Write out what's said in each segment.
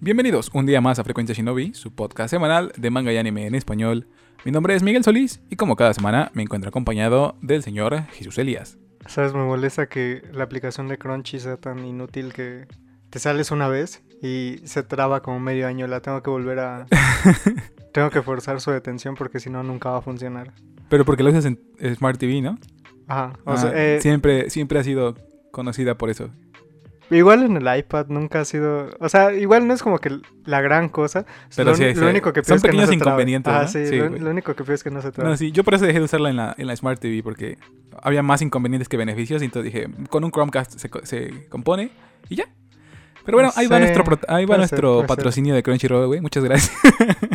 Bienvenidos un día más a Frecuencia Shinobi, su podcast semanal de manga y anime en español. Mi nombre es Miguel Solís y como cada semana me encuentro acompañado del señor Jesús Elías. Sabes, me molesta que la aplicación de Crunchy sea tan inútil que te sales una vez y se traba como medio año. La tengo que volver a. tengo que forzar su detención porque si no, nunca va a funcionar. Pero porque lo usas en Smart TV, ¿no? Ajá. O Ah, sea, eh, siempre, siempre ha sido conocida por eso. Igual en el iPad nunca ha sido. O sea, igual no es como que la gran cosa. Pero lo, sí, sí. lo único que Son pido es que no pequeños se trabe. inconvenientes, Ah, ¿no? sí, Sí, lo, güey. lo único que pido es que no se trabe. No, sí, yo por eso dejé de usarla en la, en la Smart TV porque había más inconvenientes que beneficios y entonces dije, con un Chromecast se, co- se compone y ya. Pero bueno, ahí va Sí, nuestro, pro- ahí va puede ser, nuestro puede ser. patrocinio de Crunchyroll, güey. Muchas gracias.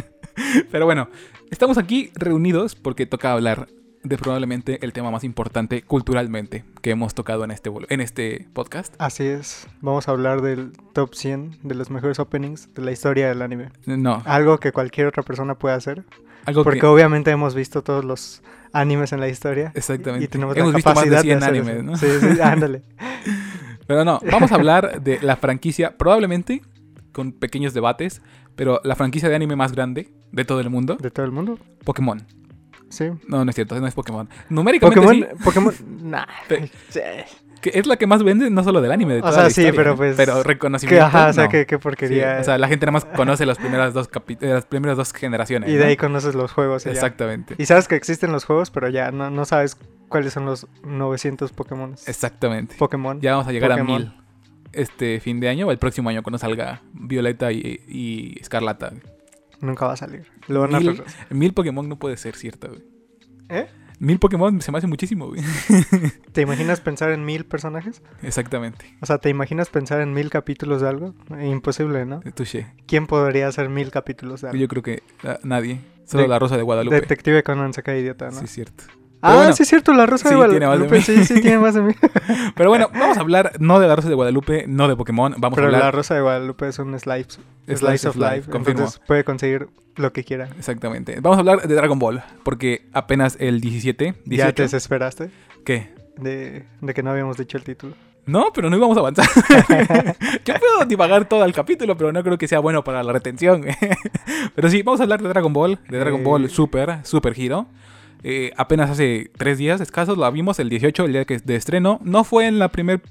Pero bueno, estamos aquí reunidos porque toca hablar de probablemente el tema más importante culturalmente que hemos tocado en este, vol- en este podcast. Así es. Vamos a hablar del top 100 de los mejores openings de la historia del anime. No, Algo que cualquier otra persona puede hacer. algo Porque que... obviamente hemos visto todos los animes en la historia. Exactamente. Y tenemos Hemos la visto más de capacidad 100 hacer animes, eso. ¿no? Sí, sí, ándale. Pero no, vamos a hablar de la franquicia, probablemente con pequeños debates, pero la franquicia de anime más grande de todo el mundo, De todo el mundo. Pokémon. Sí. No, no es cierto, no es Pokémon. Numéricamente Pokémon. sí, Pokémon. Nah. Pe- Sí. que es la que más vende, no solo del anime, de O toda sea, la sí, historia, pero ¿no? pues, Pero Que, reconocimiento, ajá, o sea, no. qué, qué Sí, porquería. o sea, la gente nada más conoce las primeras dos capi- eh, las primeras dos generaciones. y de ¿no? ahí conoces los juegos. y ya. Exactamente. Y sabes que existen los juegos, pero ya no, no sabes cuáles son los 900 Pokémon. Exactamente. Pokémon. Ya vamos a llegar a Pokémon. mil este fin de año o el próximo año cuando salga Violeta y, y Escarlata. Nunca va a salir. Lo van a Mil- re- Mil Pokémon no puede ser cierto, güey. ¿Eh? Mil Pokémon se me hace muchísimo, güey. ¿Te imaginas pensar en mil personajes? Exactamente. O sea, ¿te imaginas pensar en mil capítulos de algo? Eh, Imposible, ¿no? Touché. ¿Quién podría hacer mil capítulos de algo? Yo creo que ah, nadie. Solo De- la Rosa de Guadalupe. Detective Conan se cae idiota, ¿no? Sí, es cierto. ah, Pero bueno, sí es cierto, la rosa sí, de tiene más de Guadalupe. mí. Sí, sí, tiene más de mí. Pero bueno, vamos a hablar no de la Rosa de Guadalupe, no de Pokémon. Vamos Pero a la hablar. rosa de Guadalupe es un slice, Slice slice, of of life, life. confirmo. Entonces puede conseguir lo que quiera. Exactamente. Vamos a hablar de Dragon Ball. Porque apenas el 17. 18, Ya te desesperaste ¿Qué? de, de que no habíamos dicho el título. No, pero no íbamos a avanzar. Yo puedo divagar todo el capítulo, pero no creo que sea bueno para la retención. pero sí, vamos a hablar de Dragon Ball, de Dragon Eh. Ball Super, Super Hero. Eh, apenas hace tres días escasos la vimos el 18, el día que de estreno. No fue en la primera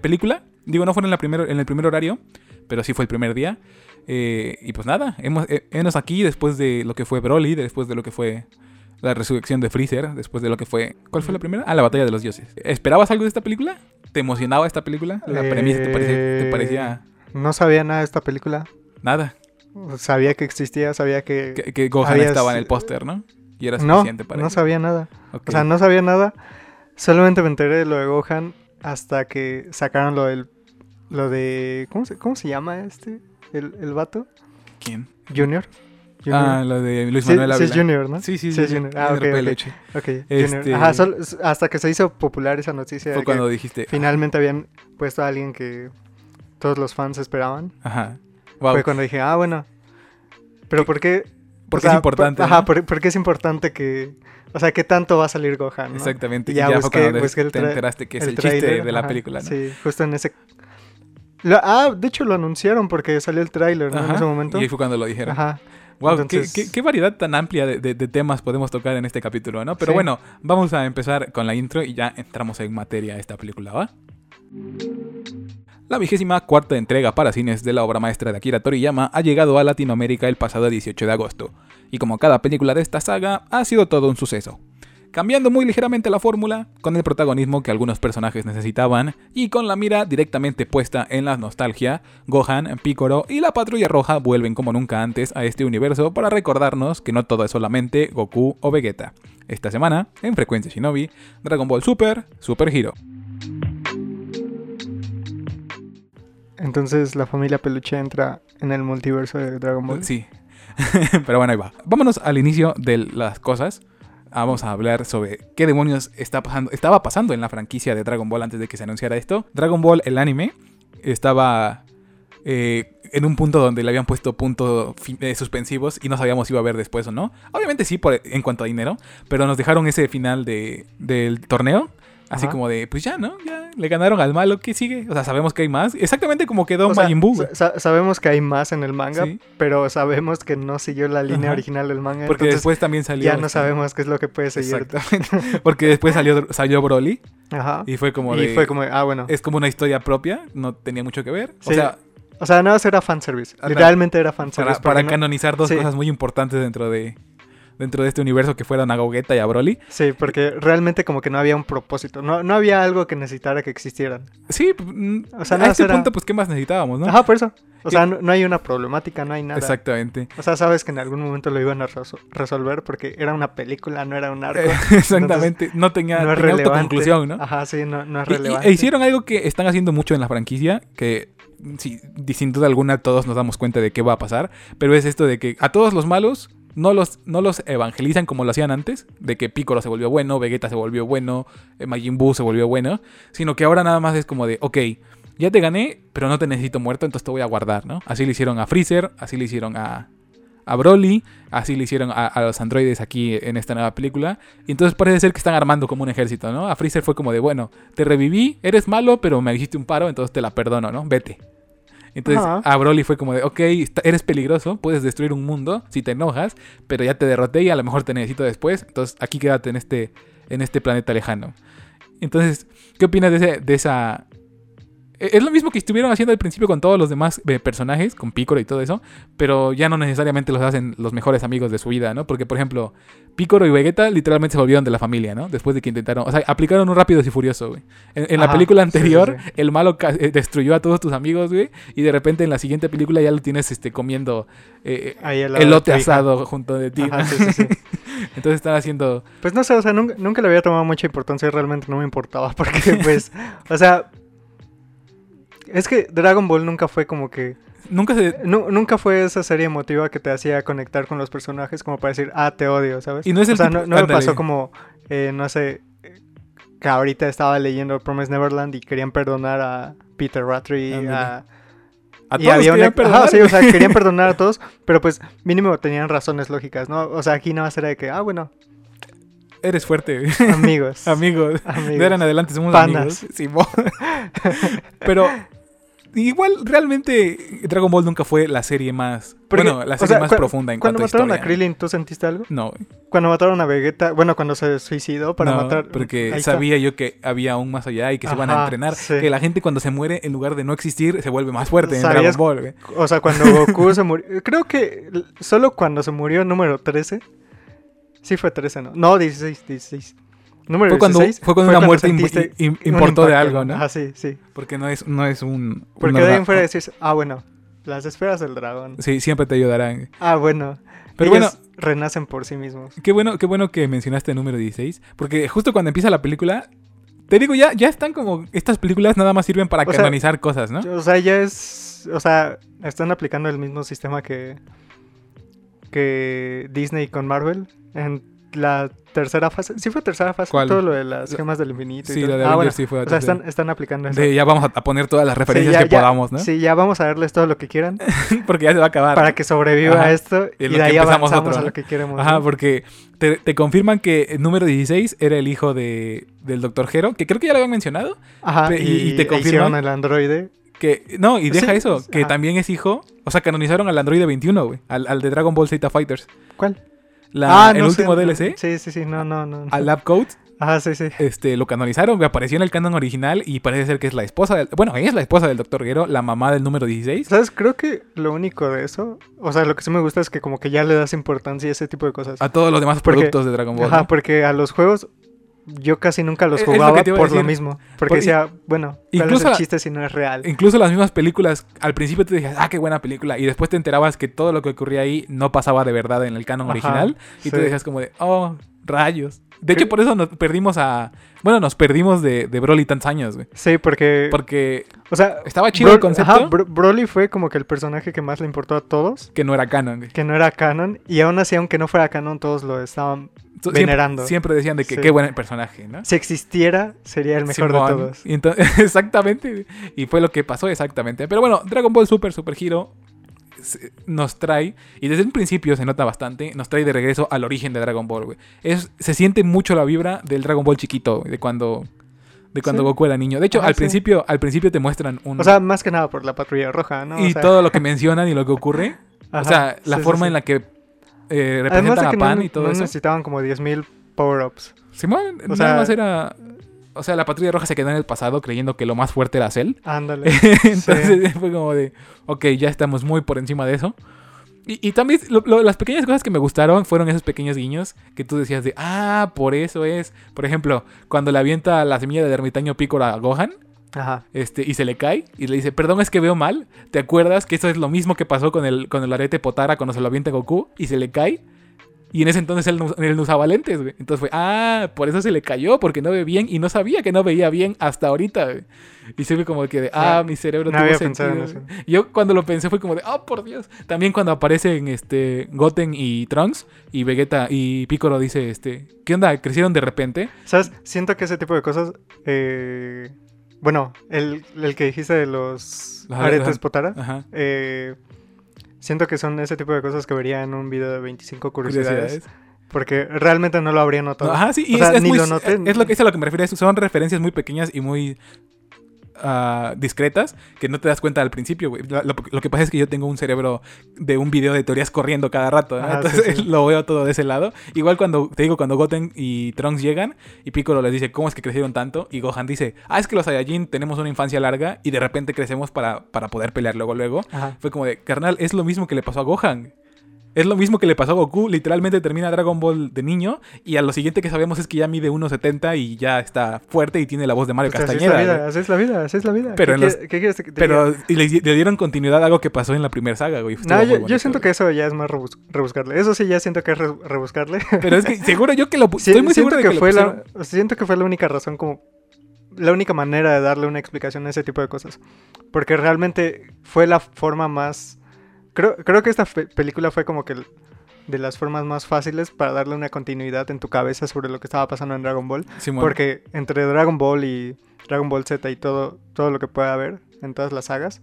película, digo, no fue en, la primer, en el primer horario, pero sí fue el primer día. Eh, y pues nada, hemos, eh, hemos aquí después de lo que fue Broly, después de lo que fue la resurrección de Freezer, después de lo que fue... ¿Cuál fue la primera? Ah, la batalla de los dioses. ¿Esperabas algo de esta película? ¿Te emocionaba esta película? ¿La premisa te parecía, te Eh, parecía No sabía nada de esta película. nada? Sabía que existía, sabía que... Que, que Gohan habías- estaba en el póster, ¿no? Y era no, suficiente para no que- sabía nada. Ok. O sea, no sabía nada. Solamente me enteré de lo de Gohan hasta que sacaron lo del... Lo de... ¿Cómo se, cómo se llama este? El, el vato. ¿Quién? Junior. Junior. Ah, lo de Luis Sí- Manuel sí, es Ávila. Junior, ¿no? Sí, sí, Sí, sí. es sí, Junior. Ah, ok, NRP ok. leche. Ok, Este- Junior. Ajá, sol- s- hasta que se hizo popular esa noticia. de Fue que cuando dijiste... Finalmente habían puesto a alguien que todos los fans esperaban. Ajá. Wow. Fue cuando dije, ah, bueno. Pero ¿por qué? o Porque sea, es por- importante. Ajá, ¿no? por, por qué es importante que... O sea, ¿qué tanto va a salir Gohan? no? Exactamente. Y Ya ya, fue busqué- cuando busqué el te tra- enteraste que es el, chiste tráiler, de la ajá, película, ¿no? Sí, justo en ese... Lo- ah, de hecho lo anunciaron porque salió el tráiler ¿no? en Ajá, ese momento. Y ahí fue cuando lo dijeron. Ajá. Wow, Entonces- qué, qué- qué variedad tan amplia de, de- de temas podemos tocar en este capítulo, ¿no? Pero Sí. bueno, vamos a empezar con la intro y ya entramos en materia a esta película, ¿va? La vigésima cuarta entrega para cines de la obra maestra de Akira Toriyama ha llegado a Latinoamérica el pasado 18 de agosto, y como cada película de esta saga, ha sido todo un suceso. Cambiando muy ligeramente la fórmula, con el protagonismo que algunos personajes necesitaban, y con la mira directamente puesta en la nostalgia, Gohan, Piccolo y la Patrulla Roja vuelven como nunca antes a este universo para recordarnos que no todo es solamente Goku o Vegeta. Esta semana, en Frecuencia Shinobi, Dragon Ball Super, Super Hero. Entonces la familia Peluche entra en el multiverso de Dragon Ball. Sí. Pero bueno, ahí va. Vámonos al inicio de las cosas. Ah, vamos a hablar sobre qué demonios está pasando, estaba pasando en la franquicia de Dragon Ball antes de que se anunciara esto. Dragon Ball, el anime, estaba eh, en un punto donde le habían puesto puntos fi- eh, suspensivos y no sabíamos si iba a haber después o no. Obviamente sí, por, en cuanto a dinero, pero nos dejaron ese final de, del torneo Así Ajá. como de, pues ya, ¿no? Ya le ganaron al malo, ¿qué sigue? O sea, sabemos que hay más. Exactamente como quedó O sea, Majin Buu, güey. sa- sa- sabemos que hay más en el manga, Sí. pero sabemos que no siguió la línea Ajá. original del manga. Porque entonces después también salió. ya no este, sabemos qué es lo que puede seguir. Exactamente. Porque después salió, salió Broly Ajá. y fue como Y de. fue como, ah, bueno. Es como una historia propia, no tenía mucho que ver. O Sí, sea, O sea, nada más era fanservice. Ajá. Literalmente era fanservice. para, para porque no- canonizar dos sí. cosas muy importantes dentro de dentro de este universo que fueran a Gogeta y a Broly. Sí, porque realmente como que no había un propósito. No, no había algo que necesitara que existieran. Sí, p- mm, O sea, a nada, este era- punto, pues, ¿qué más necesitábamos, no? Ajá, por eso. O Y- sea, no, no hay una problemática, no hay nada. Exactamente. O sea, sabes que en algún momento lo iban a reso- resolver porque era una película, no era un arco. Exactamente. no tenía, no tenía es relevante. autoconclusión, ¿no? Ajá, sí, no, no es Y- y- relevante. e hicieron algo que están haciendo mucho en la franquicia, que sí, di- sin duda alguna todos nos damos cuenta de qué va a pasar, pero es esto de que a todos los malos no los, no los evangelizan como lo hacían antes, de que Piccolo se volvió bueno, Vegeta se volvió bueno, eh, Majin Buu se volvió bueno, sino que ahora nada más es como de, ok, ya te gané, pero no te necesito muerto, entonces te voy a guardar, ¿no? Así le hicieron a Freezer, así le hicieron a... A Broly, así le hicieron a, a los androides aquí en esta nueva película. Y entonces parece ser que están armando como un ejército, ¿no? A Freezer fue como de, bueno, te reviví, eres malo, pero me hiciste un paro, entonces te la perdono, ¿no? Vete. Entonces Ajá. a Broly fue como de, ok, está- eres peligroso, puedes destruir un mundo si te enojas, pero ya te derroté y a lo mejor te necesito después, entonces aquí quédate en este, en este planeta lejano. Entonces, ¿qué opinas de, ese- de esa... e- Es lo mismo que estuvieron haciendo al principio con todos los demás eh, personajes, con Piccolo y todo eso, pero ya no necesariamente los hacen los mejores amigos de su vida, ¿no? Porque, por ejemplo, Piccolo y Vegeta literalmente se volvieron de la familia, ¿no? Después de que intentaron, o sea, aplicaron un rápido y furioso, güey. En, en la Ajá, película sí, sí, anterior, sí. el malo ca- eh, destruyó a todos tus amigos, güey, y de repente en la siguiente película ya lo tienes este, comiendo eh, Ahí al lado de elote tu hija. asado junto de ti. Ajá, ¿no? sí, sí, sí. Entonces están haciendo... Pues no sé, o sea, nunca, nunca le había tomado mucha importancia y realmente no me importaba porque, pues, o sea, es que Dragon Ball nunca fue como que, Nunca se... nu- nunca fue esa serie emotiva que te hacía conectar con los personajes como para decir, ah, te odio, ¿sabes? Y no es el o sea, tipo- no, no me ándale. pasó como, eh, no sé, que ahorita estaba leyendo Promise Neverland y querían perdonar a Peter Rattray, Ándale. a, A y todos había una- querían perdonar, Ajá, sí, o sea, querían perdonar a todos, pero pues mínimo tenían razones lógicas, ¿no? O sea, aquí nada más era de que, ah, bueno, Eres fuerte, güey. amigos. amigos. amigos. De ahora en adelante somos Panas. amigos. Simón. Pero igual realmente Dragon Ball nunca fue la serie más, Porque, bueno, la o serie sea, más cu- profunda en Cuando cuanto a mataron historia. a Krillin, ¿tú sentiste algo? No, güey. Cuando mataron a Vegeta, bueno, cuando se suicidó para No, matar. porque Ahí está. sabía yo que había aún más allá y que se iban a Ajá, entrenar, sí. que la gente cuando se muere en lugar de no existir se vuelve más fuerte en Dragon ¿Sabías- Ball. güey. O sea, cuando Goku se murió. Creo que l- solo cuando se murió número 13. Sí, fue 13, ¿no? No, 16, 16. Número Fue cuando, 16. fue cuando una muerte im- sentiste im- un importó de impacto. algo, ¿no? Ah, sí, sí. Porque no es no es un Porque una- de ahí en fuera decís, ah, bueno, las esferas del dragón. Sí, siempre te ayudarán. Ah, bueno. Pero bueno, ellos renacen por sí mismos. Qué bueno, qué bueno que mencionaste el número 16. Porque justo cuando empieza la película, te digo, ya, ya están como. Estas películas nada más sirven para O sea, canonizar cosas, ¿no? O sea, ya es. O sea, están aplicando el mismo sistema que. que Disney con Marvel. En la tercera fase. Sí, fue tercera fase. ¿Cuál? Todo lo de las La- gemas del infinito. y Sí, todo. la de Ah, Avengers bueno, sí fue la O sea, tercera. están, están aplicando eso. De ya vamos a, a poner todas las referencias ya- que ya- podamos, ¿no? Sí, ya vamos a darles todo lo que quieran Porque ya se va a acabar. para que sobreviva Ajá. esto Y y, en lo de que ahí empezamos avanzamos otro, a ¿no? lo que queremos. Ajá, ¿no? porque te, te confirman que el número 16 era el hijo de, del Dr. Gero, que creo que ya lo habían mencionado. Ajá, pe- y- y, y te e confirman- hicieron el androide. Que, no, y deja Sí, pues, eso, que ajá. también es hijo. O sea, canonizaron al androide 21, güey. Al, al de Dragon Ball Z Fighters. ¿Cuál? La- Ah, el no sé, último no. DLC, Sí, sí, sí, no, no, no. no. al Lab Coat, Ajá, sí, sí. este, lo canonizaron, que apareció en el canon original y parece ser que es la esposa del, bueno, es la esposa del Dr. Guero, la mamá del número 16. ¿Sabes? Creo que lo único de eso, o sea, lo que sí me gusta es que como que ya le das importancia a ese tipo de cosas. A todos los demás Porque- productos de Dragon Ball. Ajá, ¿no? porque a los juegos yo casi nunca los Es- es lo jugaba que te iba a por lo decir. mismo. Por- Porque decía, bueno, ¿cuál es incluso el la- chiste si no es real? Incluso las mismas películas, al principio te decías, ah, qué buena película, y después te enterabas que todo lo que ocurría ahí no pasaba de verdad en el canon Ajá, original, y te sí. decías como de, oh, rayos. De hecho, Cre- por eso nos perdimos a, bueno, nos perdimos de, de Broly tantos años, güey. Sí, porque, Porque o sea, estaba chido el Bro- ajá, concepto Bro- Broly fue como que el personaje que más le importó a todos, que no era canon, güey. que no era canon, y aún así, aunque no fuera canon, todos lo estaban... So- siempre- Venerando. Siempre decían de que Sí. qué buen personaje, ¿no? Si existiera, sería el mejor Simón. de todos. Y ento- exactamente. Y fue lo que pasó exactamente. Pero bueno, Dragon Ball Super Super Hero se- nos trae, y desde un principio se nota bastante, nos trae de regreso al origen de Dragon Ball, güey. Es, se siente mucho la vibra del Dragon Ball chiquito, güey, de cuando... de cuando Sí. Goku era niño. De hecho, Ajá, al sí. principio, al principio te muestran un O sea, más que nada por la patrulla roja, ¿no? O y sea, todo lo que mencionan y lo que ocurre. o ajá, sea, la sí, sí, forma sí. en la que eh, Además representan de a que Pan no, y todo no eso. necesitaban como 10.000 power-ups. Simón, nada o sea- más era. O sea, la patrulla roja se quedó en el pasado creyendo que lo más fuerte era Cell. Ándale. Entonces fue como de, ok, ya estamos muy por encima de eso. Y, y también lo- lo- las pequeñas cosas que me gustaron fueron esos pequeños guiños que tú decías de, ah, por eso es. Por ejemplo, cuando le avienta la semilla del ermitaño pícoro a Gohan Ajá. este, y se le cae y le dice, perdón, es que veo mal. ¿Te acuerdas que eso es lo mismo que pasó con el, con el arete Potara cuando se lo avienta Goku y se le cae? Y en ese entonces él no, él no usaba lentes, güey. Entonces fue, ah, por eso se le cayó, porque no ve bien y no sabía que no veía bien hasta ahorita, güey. Y se fue como que de, ah, mi cerebro No tuvo había pensado en sentido". Yo cuando lo pensé fue como de, oh, por Dios. También cuando aparecen este, Goten y Trunks y Vegeta y Piccolo dice, este, ¿qué onda? ¿Crecieron de repente? ¿Sabes? Siento que ese tipo de cosas. eh, Bueno, el, el que dijiste de los Los aretes, aretes ajá. Potara. Ajá. eh, Siento que son ese tipo de cosas que vería en un video de 25 curiosidades. Curiosidades. Porque realmente no lo habría notado. Ajá, sí, y O es, sea, es ni muy- lo noté. es lo que es a lo que me refiero, es- son referencias muy pequeñas y muy ah, discretas que no te das cuenta al principio, güey. La- Lo, lo que pasa es que yo tengo un cerebro de un video de teorías corriendo cada rato, ¿no? Ajá, sí, entonces sí. lo veo todo de ese lado. Igual cuando te digo cuando Goten y Trunks llegan y Piccolo les dice, "¿Cómo es que crecieron tanto?" y Gohan dice, "Ah, es que los Saiyajin tenemos una infancia larga y de repente crecemos para para poder pelear luego luego." Ajá. Fue como de, carnal, es lo mismo que le pasó a Gohan. Es lo mismo que le pasó a Goku. Literalmente termina Dragon Ball de niño. Y a lo siguiente que sabemos es que ya mide 1.70 y ya está fuerte y tiene la voz de Mario Pues así es la Castañeda. vida, güey. así es la vida, así es la vida. Pero ¿Qué, en los- quie- qué quieres que te diga? Pero y le, le dieron continuidad a algo que pasó en la primera saga, güey. Estuvo No, muy yo, yo bonito, siento que güey. eso ya es más rebus- rebuscarle. Eso sí, ya siento que es re- rebuscarle. Pero es que seguro yo que lo... pu- Sí, estoy muy siento seguro de que, lo fue pusieron- la, siento que fue la única razón como la única manera de darle una explicación a ese tipo de cosas, porque realmente fue la forma más creo creo que esta fe- película fue como que el- de las formas más fáciles para darle una continuidad en tu cabeza sobre lo que estaba pasando en Dragon Ball, Simón. porque entre Dragon Ball y Dragon Ball Z y todo todo lo que pueda haber en todas las sagas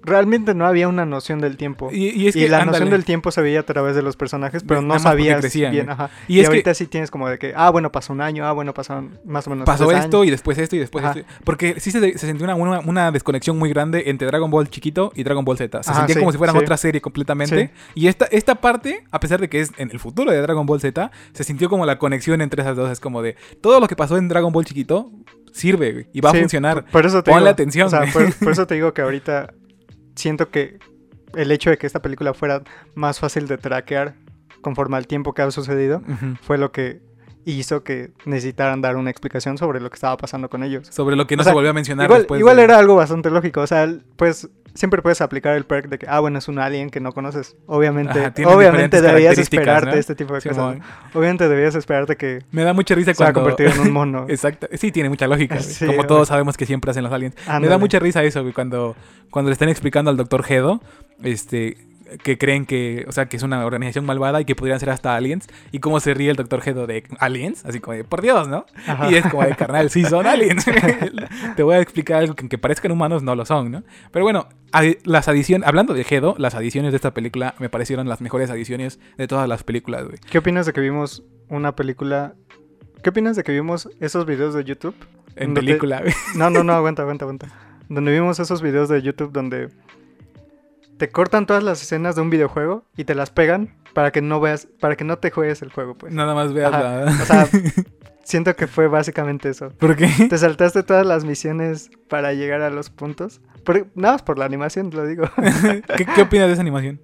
realmente no había una noción del tiempo. Y... Y, y es que, la ándale. noción del tiempo se veía a través de los personajes, pero Nada no más porque sabías crecían, ¿eh? bien. ¿no? Ajá. Y Y, es que- ahorita sí tienes como de que, ah, bueno, pasó un año, ah, bueno, pasaron más o menos. pasó tres esto años. y después esto y después Ajá. esto. Porque sí se, se sintió una, una, una desconexión muy grande entre Dragon Ball chiquito y Dragon Ball Z. Se Ajá, sentía sí, como si fueran sí. otra serie completamente. Y esta, esta parte, a pesar de que es en el futuro de Dragon Ball Z, se sintió como la conexión entre esas dos. Es como de todo lo que pasó en Dragon Ball chiquito sirve güey, y va Sí, a funcionar. Por eso te Ponle digo, atención, o sea, güey. por, por eso te digo que ahorita siento que el hecho de que esta película fuera más fácil de traquear conforme al tiempo que ha sucedido Ujú. fue lo que hizo que necesitaran dar una explicación sobre lo que estaba pasando con ellos. Sobre lo que no O sea, se volvió a mencionar Igual, después. igual de- era algo bastante lógico, o sea, el- pues siempre puedes aplicar el perk de que, ah, bueno, es un alien que no conoces. Obviamente, Ajá, tiene obviamente diferentes debías características, esperarte ¿no? este tipo de cosas. Simón. Obviamente debías esperarte que Me da mucha risa se va a cuando. convertir en un mono. Exacto. Sí, tiene mucha lógica. güey. Sí, como güey. todos sabemos que siempre hacen los aliens. Me da Ándale. mucha risa eso, güey, cuando, cuando le están explicando al doctor Gedo, este, que creen que, o sea, que es una organización malvada y que podrían ser hasta aliens, y cómo se ríe el doctor Gedo de aliens, así como de, por Dios, ¿no? Ajá. Y es como de, carnal, sí son aliens. Te voy a explicar algo que aunque parezcan humanos, no lo son, ¿no? Pero bueno, adi- las adiciones, hablando de Gedo, las adiciones de esta película me parecieron las mejores adiciones de todas las películas, güey. ¿Qué opinas de que vimos una película? ¿Qué opinas de que vimos esos videos de YouTube? En No te- película, güey. No, no, no, aguanta, aguanta, aguanta. Donde vimos esos videos de YouTube donde te cortan todas las escenas de un videojuego y te las pegan para que no veas, para que no te juegues el juego, pues. Nada más veas Ajá. la... O sea, siento que fue básicamente eso. ¿Por qué? Te saltaste todas las misiones para llegar a los puntos. Por- nada más por la animación, lo digo. ¿Qué, ¿Qué opinas de esa animación?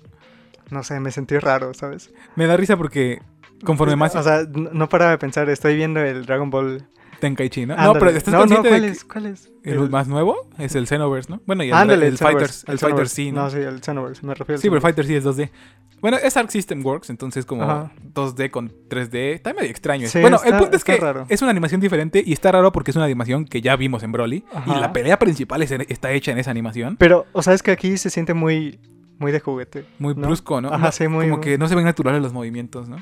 No sé, me sentí raro, ¿sabes? Me da risa porque conforme más Eh, O sea, n- no paraba de pensar, estoy viendo el Dragon Ball. Tenkaichi, ¿no? Ándale. No, pero ¿estás no, no, consciente ¿cuál de que es? ¿Cuál es? el, más nuevo es el Xenoverse, ¿no? Bueno, y el, Ándale, el Fighters, Xenoverse, el Fighters Xenoverse. sí, ¿no? No, sí, el Xenoverse, me refiero al sí, pero Xenoverse. Fighter sí es 2D. Bueno, es Arc System Works, entonces como Ajá. 2D con 3D, está medio extraño. Sí, bueno, el está- punto es está que raro. es una animación diferente y está raro porque es una animación que ya vimos en Broly y Ajá. la pelea principal es- está hecha en esa animación. Pero, o sea, es que aquí se siente muy, muy de juguete. Muy ¿no? brusco, ¿no? Ajá, No, sí, muy- Como que no se ven naturales los movimientos, ¿no?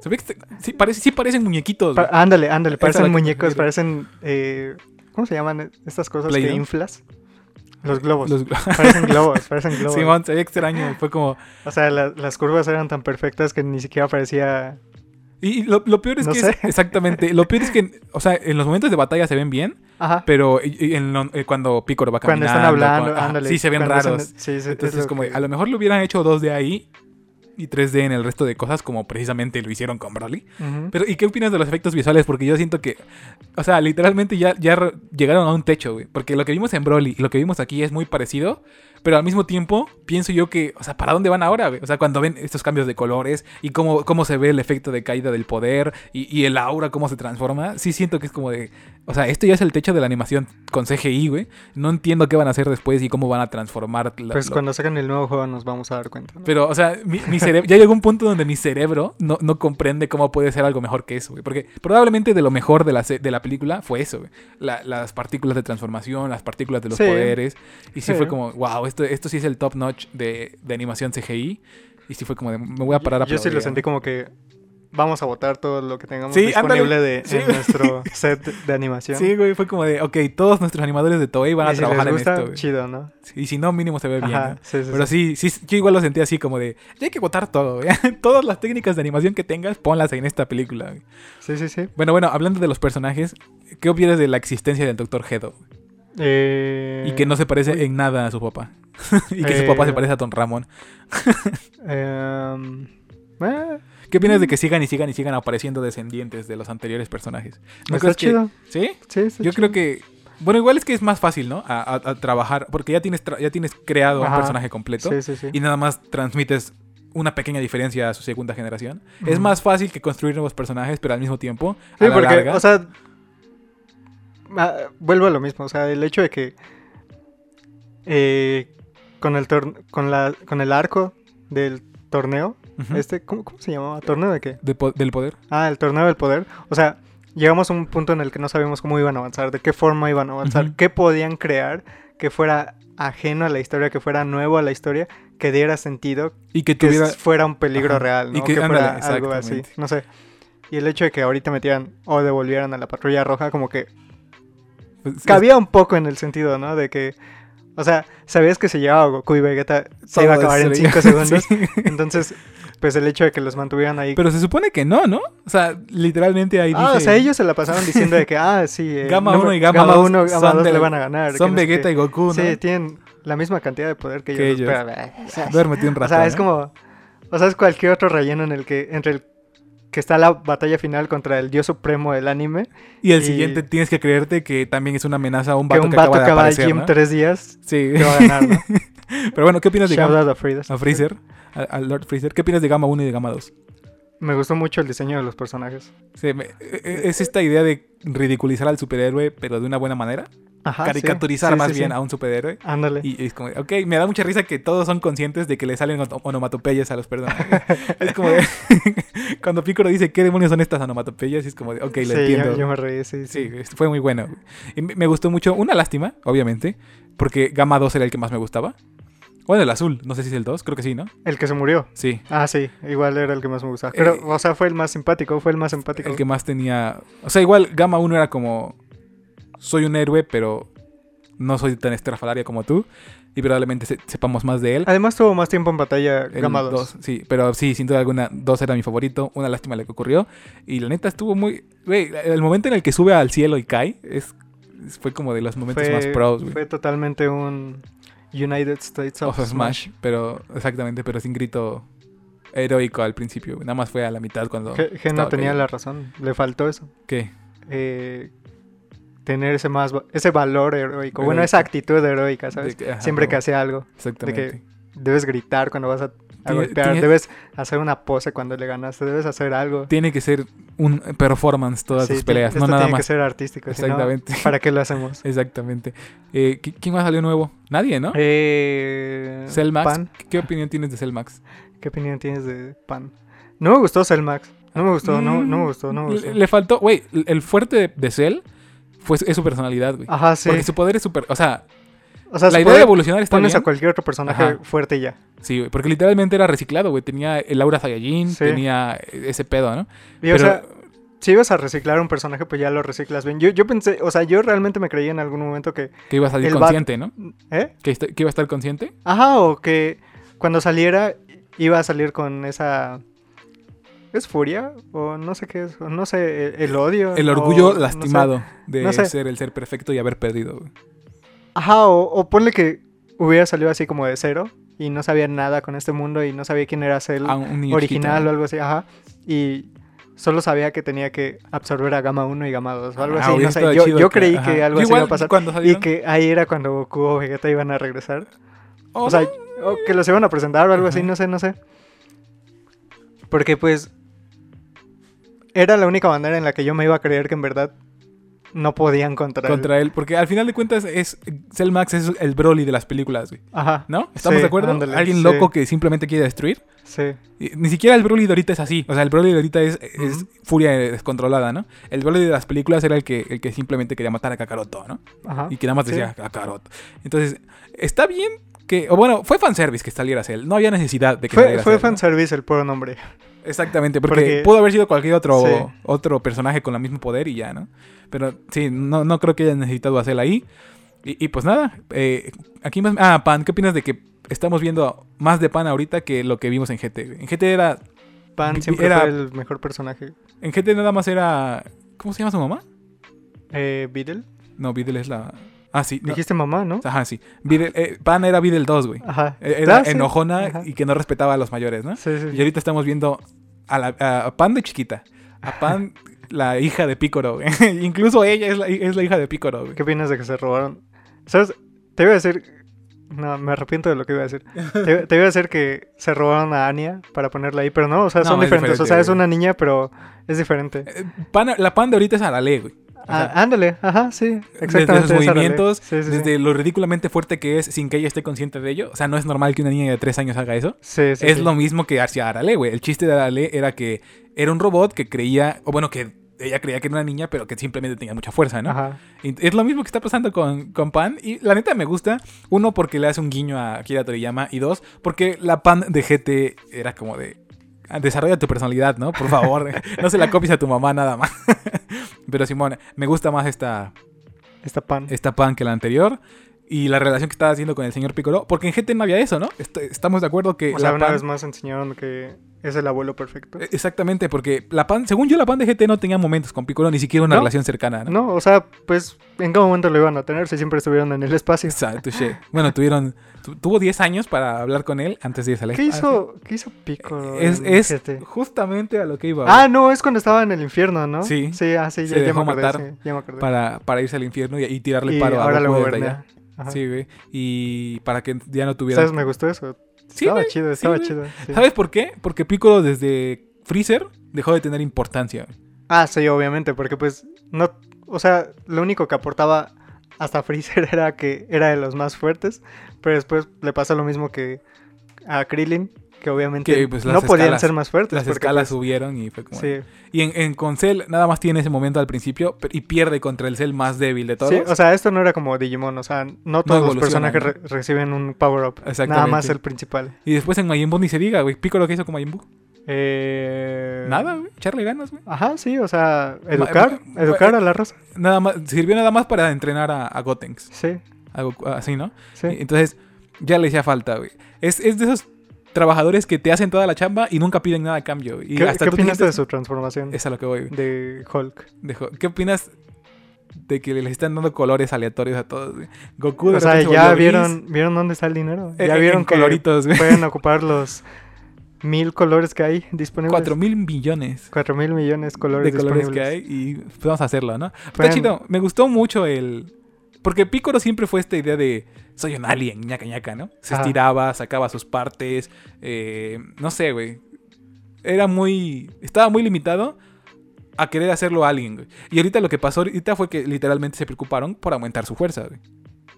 Se ve que está- sí, parece, sí parecen muñequitos. Pa- güey. ándale, ándale, Pues, Esa es la parecen que me muñecos, refiero. parecen... eh, ¿Cómo se llaman estas cosas Play-Doh. que inflas? Los ah, globos. Los- Parecen globos, parecen globos. Simón, se ve extraño. Fue como, O sea, la- las curvas eran tan perfectas que ni siquiera parecía Y lo, lo peor es No que. sé. es- exactamente. Lo peor es que, o sea, en los momentos de batalla se ven bien, Ajá. pero y- y en lo- eh, cuando Picoro va Cuando caminando. están hablando, cuando- ajá, ándale. Sí, se ven cuando raros. hacen- sí, sí, Entonces, es lo como que- a lo mejor lo hubieran hecho 2D ahí y 3D en el resto de cosas, como precisamente lo hicieron con Broly. Ujú. Pero, ¿y qué opinas de los efectos visuales? Porque yo siento que, o sea, literalmente ya, ya re- llegaron a un techo, güey. Porque lo que vimos en Broly y lo que vimos aquí es muy parecido, pero al mismo tiempo pienso yo que, o sea, ¿para dónde van ahora, güey? O sea, cuando ven estos cambios de colores y cómo, cómo se ve el efecto de caída del poder y, y el aura, cómo se transforma, sí siento que es como de, o sea, esto ya es el techo de la animación con CGI, güey. No entiendo qué van a hacer después y cómo van a transformar la- Pues lo- cuando saquen el nuevo juego nos vamos a dar cuenta. ¿no? pero, o sea, mi, mi cerebro, ya llegó un punto donde mi cerebro no, no comprende cómo puede ser algo mejor que eso, güey. Porque probablemente de lo mejor de la, se- de la película fue eso, güey. La- las partículas de transformación, las partículas de los Sí. poderes. Y sí, Sí. fue como, wow, esto, esto sí es el top notch de, de animación CGI. Y sí fue como, de, me voy a parar a Yo sí lo aplaudir, sentí ¿no? como que vamos a votar todo lo que tengamos Sí, disponible ándale. de, Sí. en nuestro set de animación. Sí, güey, fue como de, ok, todos nuestros animadores de Toei van a y si trabajar les gusta, en esto, güey. chido, ¿no? Y si no, mínimo se ve bien. Ajá, ¿no? sí, sí, Pero sí. sí, sí, yo igual lo sentí así como de, ya hay que votar todo, güey. Todas las técnicas de animación que tengas, ponlas en esta película, güey. sí, sí, sí. Bueno, bueno, hablando de los personajes, ¿qué opinas de la existencia del Dr. Gedo? Eh, y que no se parece en nada a su papá. y que su Eh. papá se parece a Don Ramón. em, eh, ¿Qué opinas de que sigan y sigan y sigan apareciendo descendientes de los anteriores personajes? ¿No está crees que- chido. ¿Sí? Sí, está Yo chido. creo que... Bueno, igual es que es más fácil, ¿no? A, a- a trabajar, porque ya tienes, tra- ya tienes creado un Ajá. personaje completo Sí, sí, sí. y nada más transmites una pequeña diferencia a su segunda generación. Es Ujú. más fácil que construir nuevos personajes, pero al mismo tiempo... Sí, a la porque, larga- o sea, ah, vuelvo a lo mismo, o sea, el hecho de que eh, con el tor- con la con el arco del torneo, Ujú. este, ¿cómo, cómo se llamaba? ¿Torneo de qué? De po- del poder. Ah, el torneo del poder. O sea, llegamos a un punto en el que no sabíamos cómo iban a avanzar, de qué forma iban a avanzar, Ujú. qué podían crear que fuera ajeno a la historia, que fuera nuevo a la historia, que diera sentido, Y que que tuviera... fuera un peligro Ajá. real, Y ¿no? que- que, fuera ándale, algo así, exactamente. no sé. Y el hecho de que ahorita metieran o devolvieran a la patrulla roja, como que pues, cabía un poco en el sentido, ¿no? De que, o sea, sabías que se llevaba Goku y Vegeta, se iba a Todo acabar en sería- 5 segundos. Sí. Entonces, pues el hecho de que los mantuvieran ahí. Pero se supone que no, ¿no? O sea, literalmente ahí ah, dice, o sea, ellos se la pasaron diciendo de que, ah, sí, eh, Gamma número- 1 y Gamma, Gamma 2 1 y Gamma son 2 de- le van a ganar. son Vegeta y Goku, ¿no? Sí, tienen la misma cantidad de poder que, Que ellos. ellos. pero, eh, o sea, Duérmete un O rato. sea, es ¿no? como. O sea, es cualquier otro relleno en el que. Entre el que está la batalla final contra el dios supremo del anime. Y el y- siguiente tienes que creerte que también es una amenaza a un Que vato que, un vato acaba de que va al aparecer, gym ¿no? tres días Sí. te va a ganar, ¿no? Pero bueno, ¿qué opinas de Shout Gamma, out a Freezer. a Freezer? Al al Lord Freezer. ¿Qué opinas de Gamma 1 y de Gamma 2? Me gustó mucho el diseño de los personajes. Sí, me- e- e- es esta idea de ridiculizar al superhéroe, pero de una buena manera. Ajá. Ah, sí, Caricaturizar sí, más sí, bien sí. a un superhéroe. Ándale. Y es como, ok, me da mucha risa que todos son conscientes de que le salen ono- onomatopeyas a los personajes. es como de- cuando Piccolo dice, ¿qué demonios son estas onomatopeyas? Y es como de, ok, lo sí, entiendo. Yo, yo me reí, sí, Sí, sí. es- fue muy bueno. Y me me gustó mucho, una lástima, obviamente, porque Gamma 2 era el que más me gustaba. Bueno, el azul, no sé si es el 2, creo que sí, ¿no? El que se murió. Sí, Ah, sí, igual era el que más me gustaba. Pero, Eh, o sea, fue el más simpático, fue el más simpático. el que más tenía... O sea, igual Gamma 1 era como, soy un héroe, pero no soy tan estrafalaria como tú, y probablemente se- sepamos más de él. Además tuvo más tiempo en batalla El Gamma 2. dos, Sí, pero sí, sin duda alguna, 2 era mi favorito. Una lástima lo que ocurrió. Y la neta estuvo muy. Güey, el momento en el que sube al cielo y cae es, es- fue como de los momentos Fue, más pros, güey. fue totalmente un United States O of, sea, Smash, pero exactamente, pero sin grito heroico al principio. güey. Nada más fue a la mitad cuando. Gen Gen no Oh, estaba tenía cayendo. la razón, le faltó eso. ¿Qué? Eh, tener ese más va- ese valor heroico, bueno, Heroico. esa actitud heroica, De ¿sabes? que- ajá, Siempre que huevo. hacía algo, Exactamente. debes gritar cuando vas a, a Tiene- golpear, tiene- debes hacer una pose cuando le ganaste, debes hacer algo. Tiene que ser un performance todas Sí, tus ti- peleas, no esto nada tiene que más. ser artístico, si no, Exactamente. ¿para qué lo hacemos? Exactamente. Eh, ¿qui- ¿Quién más salió nuevo? Nadie, ¿no? Eh, Cellmax. Pan, ¿Qué opinión tienes de Cellmax? ¿qué opinión tienes de Pan? No me gustó Cellmax. No me gustó, no, no me gustó, no me Mm. Le- gustó. Le, faltó, güey, el- el fuerte de, de Cell fue, su- es su personalidad, güey. Ajá, Ah, sí. Porque su poder es súper. O sea, O sea, la se idea puede- de evolucionar está pones bien. a cualquier otro personaje Ajá. fuerte y ya. Sí, güey, porque literalmente era reciclado, güey. Tenía el aura Saiyajin, Sí. tenía ese pedo, ¿no? Y, o sea, si ibas a reciclar un personaje, pues ya lo reciclas bien. Yo, yo pensé, o sea, yo realmente me creí en algún momento que. que iba a salir el vato- consciente, ¿no? ¿Eh? Que, est- que iba a estar consciente. Ajá, o que cuando saliera iba a salir con esa. ¿Es furia? O no sé qué es. O no sé, e, el, el odio. El o orgullo no sé. lastimado de no sé. ser el ser perfecto y haber perdido. güey. Ajá, o, o ponle que hubiera salido así como de cero y no sabía nada con este mundo y no sabía quién era el A Ah, un niño original chiquito. o algo así, ajá. Y solo sabía que tenía que absorber a gama 1 y gama 2 o algo Ah, así. hubiera No sé, estado yo, chido yo creí ajá. que algo Yo así igual, iba a pasar. Cuando Y salieron, que ahí era cuando Goku o Vegeta iban a regresar. oh, O sea, o que los iban a presentar o algo así, Ajá. no sé, no sé. Porque pues era la única bandera en la que yo me iba a creer que en verdad no podían contra, él. contra él. Porque al final de cuentas, es Cell Max es el Broly de las películas, güey. Ajá. ¿No? ¿Estamos Sí, de acuerdo? ándale, Alguien sí. loco que simplemente quiere destruir. Sí. Y Ni siquiera el Broly de ahorita es así. O sea, el Broly de ahorita es, es Ujú. furia descontrolada, ¿no? El Broly de las películas era el que, el que simplemente quería matar a Kakaroto, ¿no? Ajá. Y que nada más Sí. decía Kakaroto. Entonces, está bien que. O bueno, fue fanservice que saliera Cell. No había necesidad de que Fue, saliera fue Cell, ¿no? fanservice el puro nombre. Exactamente, porque, Porque- pudo haber sido cualquier otro, Sí. otro personaje con el mismo poder y ya, ¿no? Pero sí, no, no creo que hayan necesitado hacer ahí. Y, y pues nada, eh, aquí más... Ah, Pan, ¿qué opinas de que estamos viendo más de Pan ahorita que lo que vimos en GT? En GT era... Pan Vi- siempre era- fue el mejor personaje. En GT nada más era... ¿Cómo se llama su mamá? Eh, Beedle. No, Videl es la... Ah, sí. no. Dijiste mamá, ¿no? Ajá, sí. Beedle- eh, Pan era Videl 2, güey. Ajá. Eh, Era Ah, sí. enojona Ajá. y que no respetaba a los mayores, ¿no? Sí, sí, sí. Y ahorita estamos viendo a, la, a Pan de chiquita. A Pan, la hija de Picoro. güey. Incluso ella es la, es la hija de Picoro. güey. ¿Qué opinas de que se robaron? ¿Sabes? Te iba a decir... No, me arrepiento de lo que iba a decir. Te, te iba a decir que se robaron a Anya para ponerla ahí, pero no, o sea, No, son es diferentes. O diferente, sea, es güey. una niña, pero es diferente. Eh, Pan- la Pan de ahorita es Arale, güey. O sea, Ah, ándale, ajá, sí, desde sus exactamente. esa realidad. movimientos, Sí, sí, sí. desde lo ridículamente fuerte que es sin que ella esté consciente de ello. O sea, no es normal que una niña de tres años haga eso. Sí, sí, es sí. lo mismo que hacia Arale, güey. El chiste de Arale era que era un robot que creía, o bueno, que ella creía que era una niña, pero que simplemente tenía mucha fuerza, ¿no? Ajá. Y Es lo mismo que está pasando con, con Pan. Y la neta me gusta. Uno, porque le hace un guiño a Akira Toriyama. Y dos, porque la Pan de GT era como de. "Ah, Desarrolla tu personalidad, ¿no? Por favor. no se la copies a tu mamá nada más. Pero Simón, me gusta más esta, Está pan. esta Pan que la anterior. Y la relación que estaba haciendo con el señor Piccolo. Porque en GT no había eso, ¿no? Est- estamos de acuerdo que o sea, la una Pan- vez más enseñaron que es el abuelo perfecto. Eh, Exactamente, porque la pan, según yo, la pan de GT no tenía momentos con Piccolo, ni siquiera una ¿No? relación cercana, ¿no? No, o sea, pues, ¿en qué momento lo iban a tener si siempre estuvieron en el espacio? Exacto, che. Bueno, tuvieron. tu- tuvo 10 años para hablar con él antes de irse al ¿Qué espacio. hizo, ¿qué hizo Pico? ah, Eh, Es, en es GT? justamente a lo que iba Ah, no, es cuando estaba en el infierno, ¿no? Sí. Sí, ah, sí, Se ya, ya dejó me acordé, matar sí, ya me acordé. para, para irse al infierno y, y tirarle y paro a ahora lo Goku desde allá. gobernea. Ajá. Sí, güey. Y para que ya no tuviera. ¿Sabes? Me gustó eso. Sí, estaba güey, chido, sí, estaba güey. chido. sí. ¿Sabes por qué? Porque Piccolo desde Freezer dejó de tener importancia. Ah, sí, obviamente, porque pues no, o sea, lo único que aportaba hasta Freezer era que era de los más fuertes, pero después le pasa lo mismo que a Krillin, que obviamente Que, pues, las no podían escalas- ser más fuertes. Las porque, escalas pues, subieron y fue como. sí, Y en, en con Cell nada más tiene ese momento al principio pero- y pierde contra el Cell más débil de todos. sí, o sea, esto no era como Digimon, o sea, no todos los evoluciona, personajes ¿no? re- reciben un power-up, nada Exactamente. más el principal. Y después en Majin Buu ni se diga, güey. Piccolo que hizo con Majin Buu. Eh, Nada, güey. Echarle ganas, güey. Ajá, sí, o sea, educar, ma- eh, ma- educar a la raza, Nada más, sirvió nada más para entrenar a, a Gotenks. sí, a Goku- así, ¿no? sí. Y Entonces, ya le hacía falta, güey. Es, es de esos trabajadores que te hacen toda la chamba y nunca piden nada a cambio. Y ¿Qué, hasta tú qué este, te opinaste de sientes- su transformación Es a lo que voy, güey. de Hulk? Dejo- ¿Qué opinas de que les están dando colores aleatorios a todos, güey? Goku de O sea, repente se ya volvió gris, vieron, vieron dónde está el dinero. eh, Ya eh, vieron en que coloritos, güey. pueden ocupar los mil colores que hay disponibles. Cuatro mil millones Cuatro mil millones de colores de colores que disponibles. hay y pues, vamos a hacerlo, ¿no? Está Pueden- chido. Me gustó mucho el... Porque Piccolo siempre fue esta idea de soy un alien, ñaca ñaca, ¿no? Se Ajá. estiraba, sacaba sus partes, eh, no sé, güey. Era muy... Estaba muy limitado a querer hacerlo alguien, güey. Y ahorita lo que pasó ahorita fue que literalmente se preocuparon por aumentar su fuerza, güey.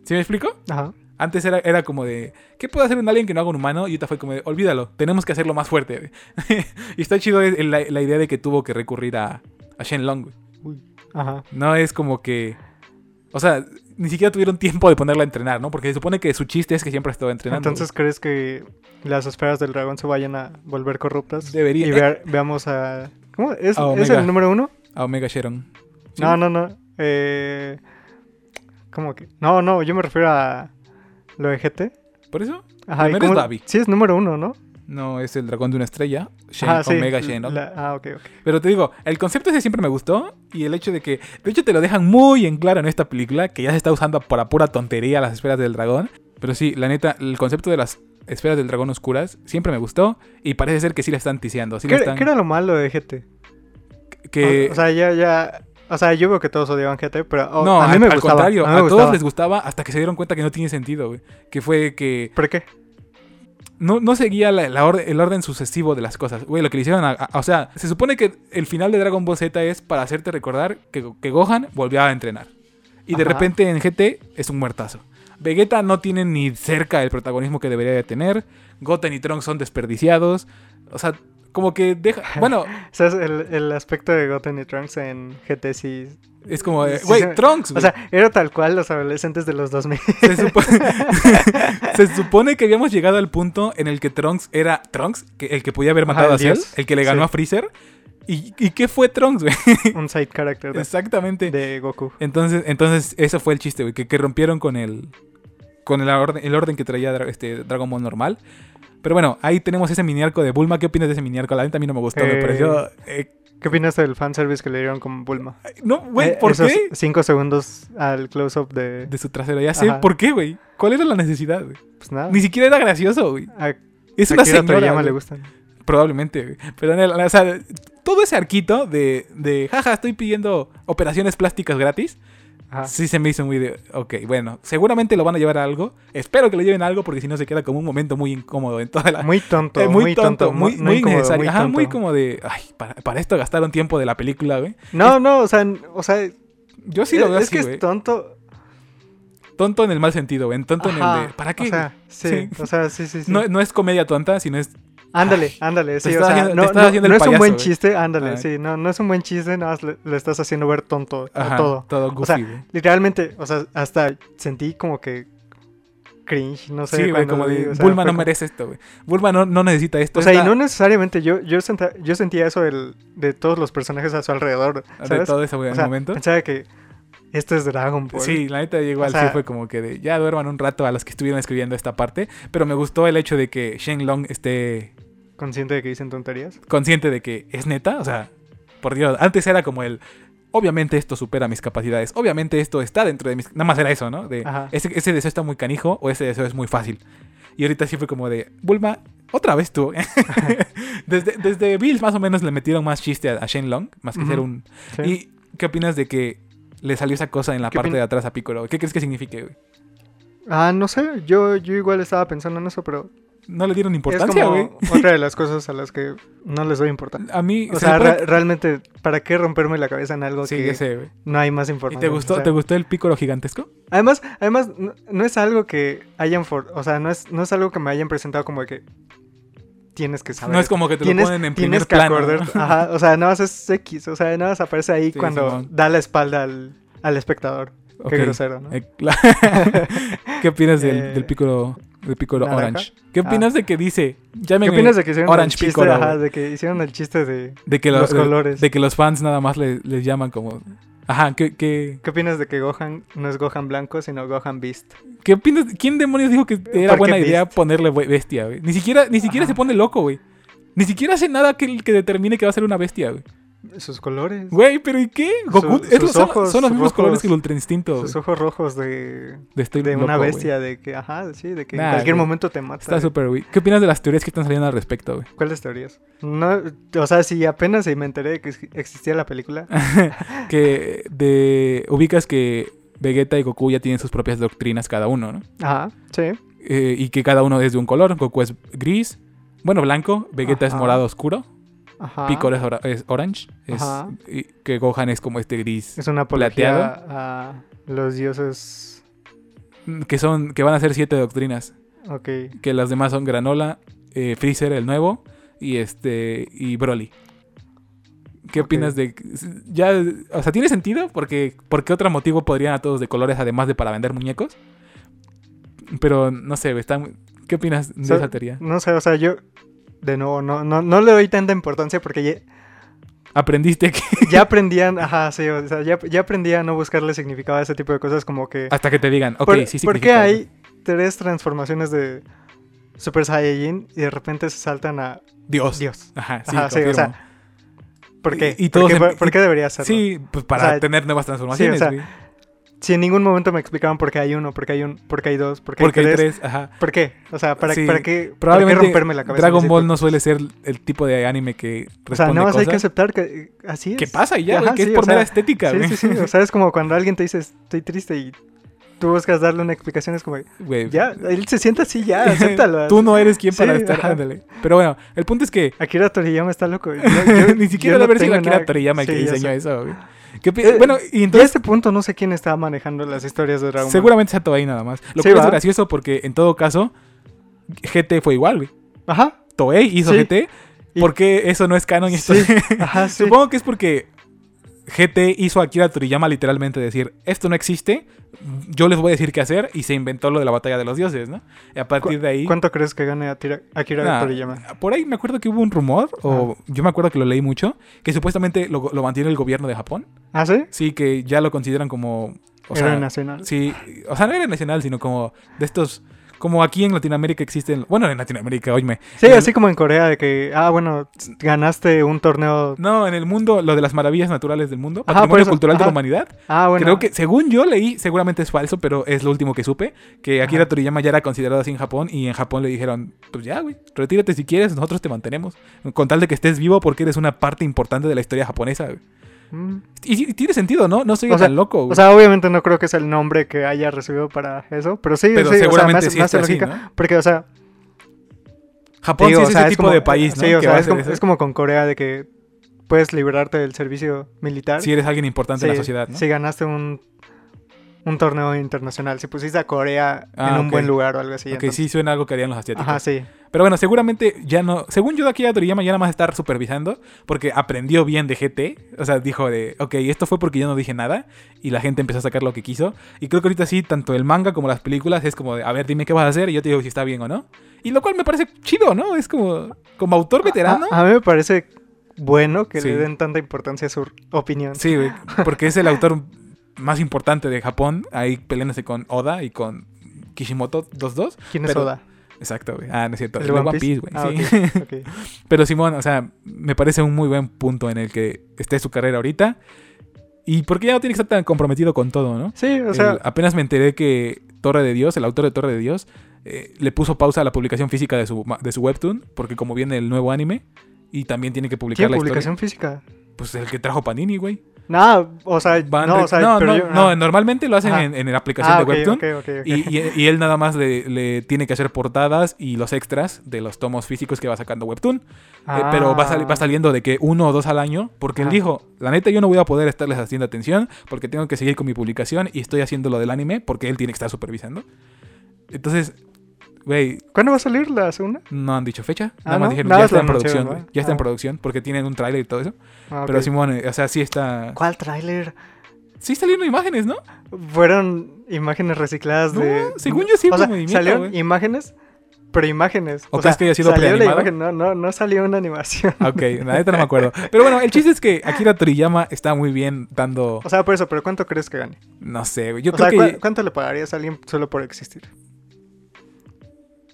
¿Sí me explico? Ajá. Antes era, era como de, ¿qué puede hacer un alien que no haga un humano? Y ahorita fue como de, olvídalo, tenemos que hacerlo más fuerte. güey. y está chido el- la, la idea de que tuvo que recurrir a, a Shenlong, güey. Ajá. No es como que. O sea, ni siquiera tuvieron tiempo de ponerla a entrenar, ¿no? Porque se supone que su chiste es que siempre ha estado entrenando. Entonces, ¿crees que las esferas del dragón se vayan a volver corruptas? Debería- Y vea- veamos a. ¿Cómo? ¿Es, A ¿es Omega. el número uno? güey. A Omega Sharon. Sí. No, no, no. Eh, ¿Cómo que? No, no, yo me refiero a lo de GT. ¿Por eso? Ajá. ¿y Primero es cómo- Babi. Sí, es número uno, ¿no? No es el dragón de una estrella. Shen- Ah, sí, Omega Shenlong. la- ah, ok, ok. Pero te digo, el concepto ese siempre me gustó y el hecho de que, de hecho, te lo dejan muy en claro en esta película, que ya se está usando para pura tontería las esferas del dragón. Pero sí, la neta, el concepto de las esferas del dragón oscuras siempre me gustó y parece ser que sí la están ticiando. Sí ¿Qué, la están, qué era Ah, lo malo de GT? que, O, o sea, ya, ya. O sea, yo veo que todos odiaban GT, pero oh, no, a mí al- me al gustaba. contrario, a a, mí me todos gustaba. les gustaba hasta que se dieron cuenta que no tiene sentido, güey. Que fue que ¿Por qué? no, no seguía la- la orde- el orden sucesivo de las cosas. Güey, lo que le hicieron a, a- O sea, se supone que el final de Dragon Ball Z es para hacerte recordar que, que Gohan volvió a entrenar. Y de Ajá. repente en GT es un muertazo. Vegeta no tiene ni cerca el protagonismo que debería de tener. Goten y Trunks son desperdiciados. O sea, como que deja... Bueno, O sea, es el, el aspecto de Goten y Trunks en GT sí. es como... eh, Sí, Güey, sí. Trunks, O güey. sea, era tal cual los adolescentes de los 2000. Se, supo- se supone que habíamos llegado al punto en el que Trunks era Trunks, que el que podía haber Ajá, matado el a Cell, dios. el que le ganó Sí. a Freezer. ¿Y, y qué fue Trunks, güey? Un side character Este, de, Exactamente. de Goku. Entonces, entonces, eso fue el chiste, güey, que, que rompieron con el con el orden, el orden que traía Dra- este Dragon Ball normal. Pero bueno, ahí tenemos ese mini arco de Bulma. ¿Qué opinas de ese mini arco? La neta a mí no me gustó, me Eh, pareció... eh, ¿Qué opinas del fanservice que le dieron con Bulma? no, Eh, güey, ¿por esos qué? Cinco segundos al close-up de. De su trasero, ya sé, Ajá. ¿por qué, güey? ¿Cuál era la necesidad, güey? Pues nada. Ni siquiera era gracioso, güey. A Es una Akira señora, Toriyama güey. le gustan. Probablemente, güey. Pero en el- o sea, todo ese arquito de, de jaja, estoy pidiendo operaciones plásticas gratis. Ajá. Sí se me hizo muy de. Ok, bueno. Seguramente lo van a llevar a algo. Espero que lo lleven a algo porque si no se queda como un momento muy incómodo en toda la. Muy tonto. eh, muy, tonto. muy, no muy incómodo, innecesario. Ajá, tonto. muy como de. Ay, para, para esto gastaron tiempo de la película, güey. No, no, o sea, n- o sea Yo sí lo es- veo es así, que güey. es tonto. Tonto en el mal sentido, güey. Tonto en el de. Ajá, ¿Para qué? O sea, sí, Sí. o sea, sí, sí, sí. no, no es comedia tonta, sino es. ándale, Ay, ándale, sí, o estás sea, haciendo- te no, estás no- haciendo el no es un buen payaso, güey. chiste, ándale, Ay. sí, no, no es un buen chiste, nada más le, le estás haciendo ver tonto a Ajá, todo. Todo goofy, O sea, güey. Literalmente, o sea, hasta sentí como que cringe, no sé. sí, güey, cuando como lo de. vi, o sea, Bulma fue no como- merece esto, güey. Bulma no, no necesita esto. O sea, es y la- no necesariamente, yo, yo, senta- yo sentía eso del- de todos los personajes a su alrededor, de ¿sabes? todo ese güey, O en sea, momento. pensaba que esto es Dragon Ball. Sí, la neta igual O sea- sí fue como que de, ya duerman un rato a los que estuvieron escribiendo esta parte, pero me gustó el hecho de que Shen Long esté Consciente de que dicen tonterías. consciente de que es neta, o sea, por Dios, antes era como el obviamente esto supera mis capacidades, obviamente esto está dentro de mis nada más era eso, ¿no? De Ajá. ese, ese deseo está muy canijo o ese deseo es muy fácil. Y ahorita sí fue como de Bulma otra vez tú. desde desde Bills más o menos le metieron más chiste a, a Shen Long, más que Ujú. ser un sí. ¿Y qué opinas de que le salió esa cosa en la ¿Qué parte opin- de atrás a Piccolo? ¿Qué crees que signifique, güey? Ah, no sé, yo, yo igual estaba pensando en eso, pero No le dieron es importancia, güey. como otra de las cosas a las que no les doy importancia. A mí, O se sea, supone re- que- realmente, ¿para qué romperme la cabeza en algo sí, que ya sé, güey. no hay más ¿Y información? te gustó, O sea, te gustó el Piccolo gigantesco? Además, además no, no es algo que hayan, for- o sea, no es, no es algo que me hayan presentado como de que tienes que saber. No es como que te lo tienes, ponen en tienes primer que plano. acordarte. ¿no? Ajá, o sea, nada más es X, o sea, nada más aparece ahí Sí, cuando Simón. da la espalda al, al espectador. Ok. Qué grosero, ¿no? Eh, cla- ¿Qué opinas del, Eh, del Piccolo, del Piccolo ¿naranja? Orange? ¿Qué opinas de que dice? ¿Qué Llámenme opinas de que hicieron Orange el chiste, Piccolo, ajá, güey? de que hicieron el chiste de de que los los, de- colores? De que los fans nada más le- les llaman como... Ajá, ¿qué, qué, ¿Qué opinas de que Gohan no es Gohan blanco, sino Gohan Beast? qué opinas? ¿Quién demonios dijo que era Porque buena idea viste. ponerle we- bestia, güey? Ni siquiera, ni siquiera Ajá. se pone loco, güey. Ni siquiera hace nada que, que determine que va a ser una bestia, güey. Sus colores. Güey, pero ¿y qué? Su- Goku es sus lo- son, ojos son los mismos rojos. colores que el Ultra Instinto. Sus güey. ojos rojos de, De Estoy de una Loco, güey. bestia, de que, ajá, sí, de que Nah, en cualquier güey. momento te mata. Está güey. súper, güey. ¿Qué opinas de las teorías que están saliendo al respecto, güey? ¿Cuáles teorías? No, o sea, si apenas me enteré de que ex- existía la película. que de ubicas que Vegeta y Goku ya tienen sus propias doctrinas cada uno, ¿no? Ajá, sí. Eh, y que cada uno es de un color. Goku es gris, bueno, blanco. Vegeta es Ajá. morado oscuro. Ajá. Piccolo es, ora- es orange. es- Ajá. y que Gohan es como este gris. Es una apología plateado. a los dioses. Mm, Que son que van a ser siete doctrinas. Ok. Que las demás son Granola, eh, Freezer el nuevo y este y Broly. ¿Qué Ok. opinas de ya o sea, tiene sentido porque por qué otro motivo podrían a todos de colores además de para vender muñecos? Pero no sé, güey, está muy- ¿qué opinas de So- esa teoría? No sé, o sea, yo. De nuevo, no, no, no le doy tanta importancia porque ya, ¿Aprendiste que ya aprendían. Ajá, sí, o sea, ya, ya aprendí a no buscarle significado a ese tipo de cosas como que. hasta que te digan, Ah, ok, ¿Por, sí sí por qué hay tres transformaciones de Super Saiyajin y de repente se saltan a Dios. Dios. Ajá, sí, Ajá, sí, o confirmo. sea, ¿Por qué? Y- y ¿Por, todos qué en- por- por qué debería hacerlo? Sí, pues para O sea, tener nuevas transformaciones, sea, güey. Si en ningún momento me explicaban por qué hay uno, por qué hay un, por qué hay dos, por qué Porque hay tres. ajá. ¿Por qué? O sea, ¿para, Sí, para qué, para qué Probablemente romperme la cabeza? Dragon Sí, Ball sí. no suele ser el tipo de anime que O sea, responde nada más hay que cosas. aceptar que eh, así es. ¿Qué pasa y ya, Ajá, güey, que sí, es por o sea, mera estética, güey. Sí, sí, sí. O sea, es como cuando alguien te dice, estoy triste y tú buscas darle una explicación, es como, Güey. ya, él se siente así, ya, acéptalo. Tú no eres quien Sí, para estar, ajá. ándale. Pero bueno, el punto es que Akira Toriyama está loco. Yo- yo- ni siquiera yo la versión tengo de Akira nada- Toriyama el Sí, que ya diseñó sé. eso, güey. ¿Qué pi- Eh, bueno, y Y a entonces este punto no sé quién estaba manejando las historias de Dragon Ball. seguramente se ató ahí nada más. Lo Sí, cual es ¿va? gracioso porque en todo caso GT fue igual, güey. Ajá. Toei hizo Sí. GT, Y- ¿por qué eso no es canon y esto? Sí, ajá, sí. Supongo que es porque GT hizo a Akira Toriyama literalmente decir, esto no existe, yo les voy a decir qué hacer, y se inventó lo de la batalla de los dioses, ¿no? Y a partir de ahí... ¿Cuánto crees que gane Akira, Akira Nah, Toriyama? Por ahí me acuerdo que hubo un rumor, o yo me acuerdo que lo leí mucho, que supuestamente lo, lo mantiene el gobierno de Japón. ¿Ah, sí? Sí, que ya lo consideran como... O Era sea, nacional. sí, o sea, no era nacional, sino como de estos... Como aquí en Latinoamérica existen... Bueno, en Latinoamérica, oíme. Sí, en el- así como en Corea, de que, ah, bueno, ganaste un torneo. No, en el mundo, lo de las maravillas naturales del mundo, Ajá, por patrimonio eso, cultural de ajá. la humanidad. Ah, bueno. Creo que, según yo leí, seguramente es falso, pero es lo último que supe, que Akira Ajá. Toriyama ya era considerado así en Japón y en Japón le dijeron, pues ya, güey, retírate si quieres, nosotros te mantenemos, con tal de que estés vivo porque eres una parte importante de la historia japonesa. güey". Mm. Y, y tiene sentido, ¿no? No soy O tan sea, loco, güey. O sea, obviamente no creo que es el nombre que haya recibido para eso, pero sí, Pero sí, seguramente o sea, me hace- sí me hace está así, lógica, Porque, o sea, Japón digo, sí es o sea, ese tipo de país, ¿no? Sí, o Que sea, va a es hacer como, eso es como con Corea de que puedes librarte del servicio militar. si eres alguien importante en la sociedad, ¿no? Si ganaste un, un torneo internacional, si pusiste a Corea Ah, en un ok. buen lugar o algo así. Ok, entonces- sí suena algo que harían los asiáticos. Ajá, sí. Pero bueno, seguramente ya no. Según yo, de aquí a Toriyama ya nada más estar supervisando. Porque aprendió bien de GT. O sea, dijo de, ok, esto fue porque yo no dije nada. Y la gente empezó a sacar lo que quiso. Y creo que ahorita sí, tanto el manga como las películas es como de, a ver, dime qué vas a hacer. Y yo te digo si está bien o no. Y lo cual me parece chido, ¿no? Es como, como autor veterano. A, a mí me parece bueno que Sí. le den tanta importancia a su opinión. Sí, güey, porque es el autor más importante de Japón. Ahí peleándose con Oda y con Kishimoto, los dos. ¿Quién es pero- Oda? Exacto, güey. Ah, no es cierto. ¿El de One Piece? güey. Ah, sí. ok, ok. Pero Simón, o sea, me parece un muy buen punto en el que esté su carrera ahorita. Y porque ya no tiene que estar tan comprometido con todo, ¿no? Sí, o sea, El- apenas me enteré que Torre de Dios, el autor de Torre de Dios, eh, le puso pausa a la publicación física de su, ma- de su webtoon, porque como viene el nuevo anime, y también tiene que publicar tiene la publicación física. historia. Pues el que trajo Panini, güey. Nada, o sea, Van no, Re- o sea, no, pero no, yo- no, ah. normalmente lo hacen Ajá. en, en la aplicación Ah, de ok, webtoon. ok, ok, ok. Y, y- y él nada más le, le tiene que hacer portadas y los extras de los tomos físicos que va sacando Webtoon. Eh, pero va, sali- va saliendo de que uno o dos al año, porque él Ah. Ajá. dijo, la neta yo no voy a poder estarles haciendo atención, porque tengo que seguir con mi publicación y estoy haciendo lo del anime, porque él tiene que estar supervisando. Entonces, güey, ¿Cuándo va a salir la segunda? no han dicho fecha, Ah, nada más ¿no? dijeron, Nada ya más está lo en anunciaron, producción, ¿no? güey, ya está en Ah. producción, porque tienen un tráiler y todo eso. Ah, ok. Pero Simón, eh, o sea, sí está... ¿Cuál tráiler? Sí salieron imágenes, ¿no? Fueron imágenes recicladas No, de. según yo sí o hubo sea, movimiento, salieron güey. imágenes, pero imágenes. ¿O crees que haya sido salió la preanimado? imagen, no, no, no salió una animación. Ok, la neta no me acuerdo. Pero bueno, el chiste es que Akira Toriyama está muy bien dando... O sea, por eso, pero ¿cuánto crees que gane? No sé, güey, yo o creo sea, que... ¿cu- ¿cuánto le pagarías a alguien solo por existir?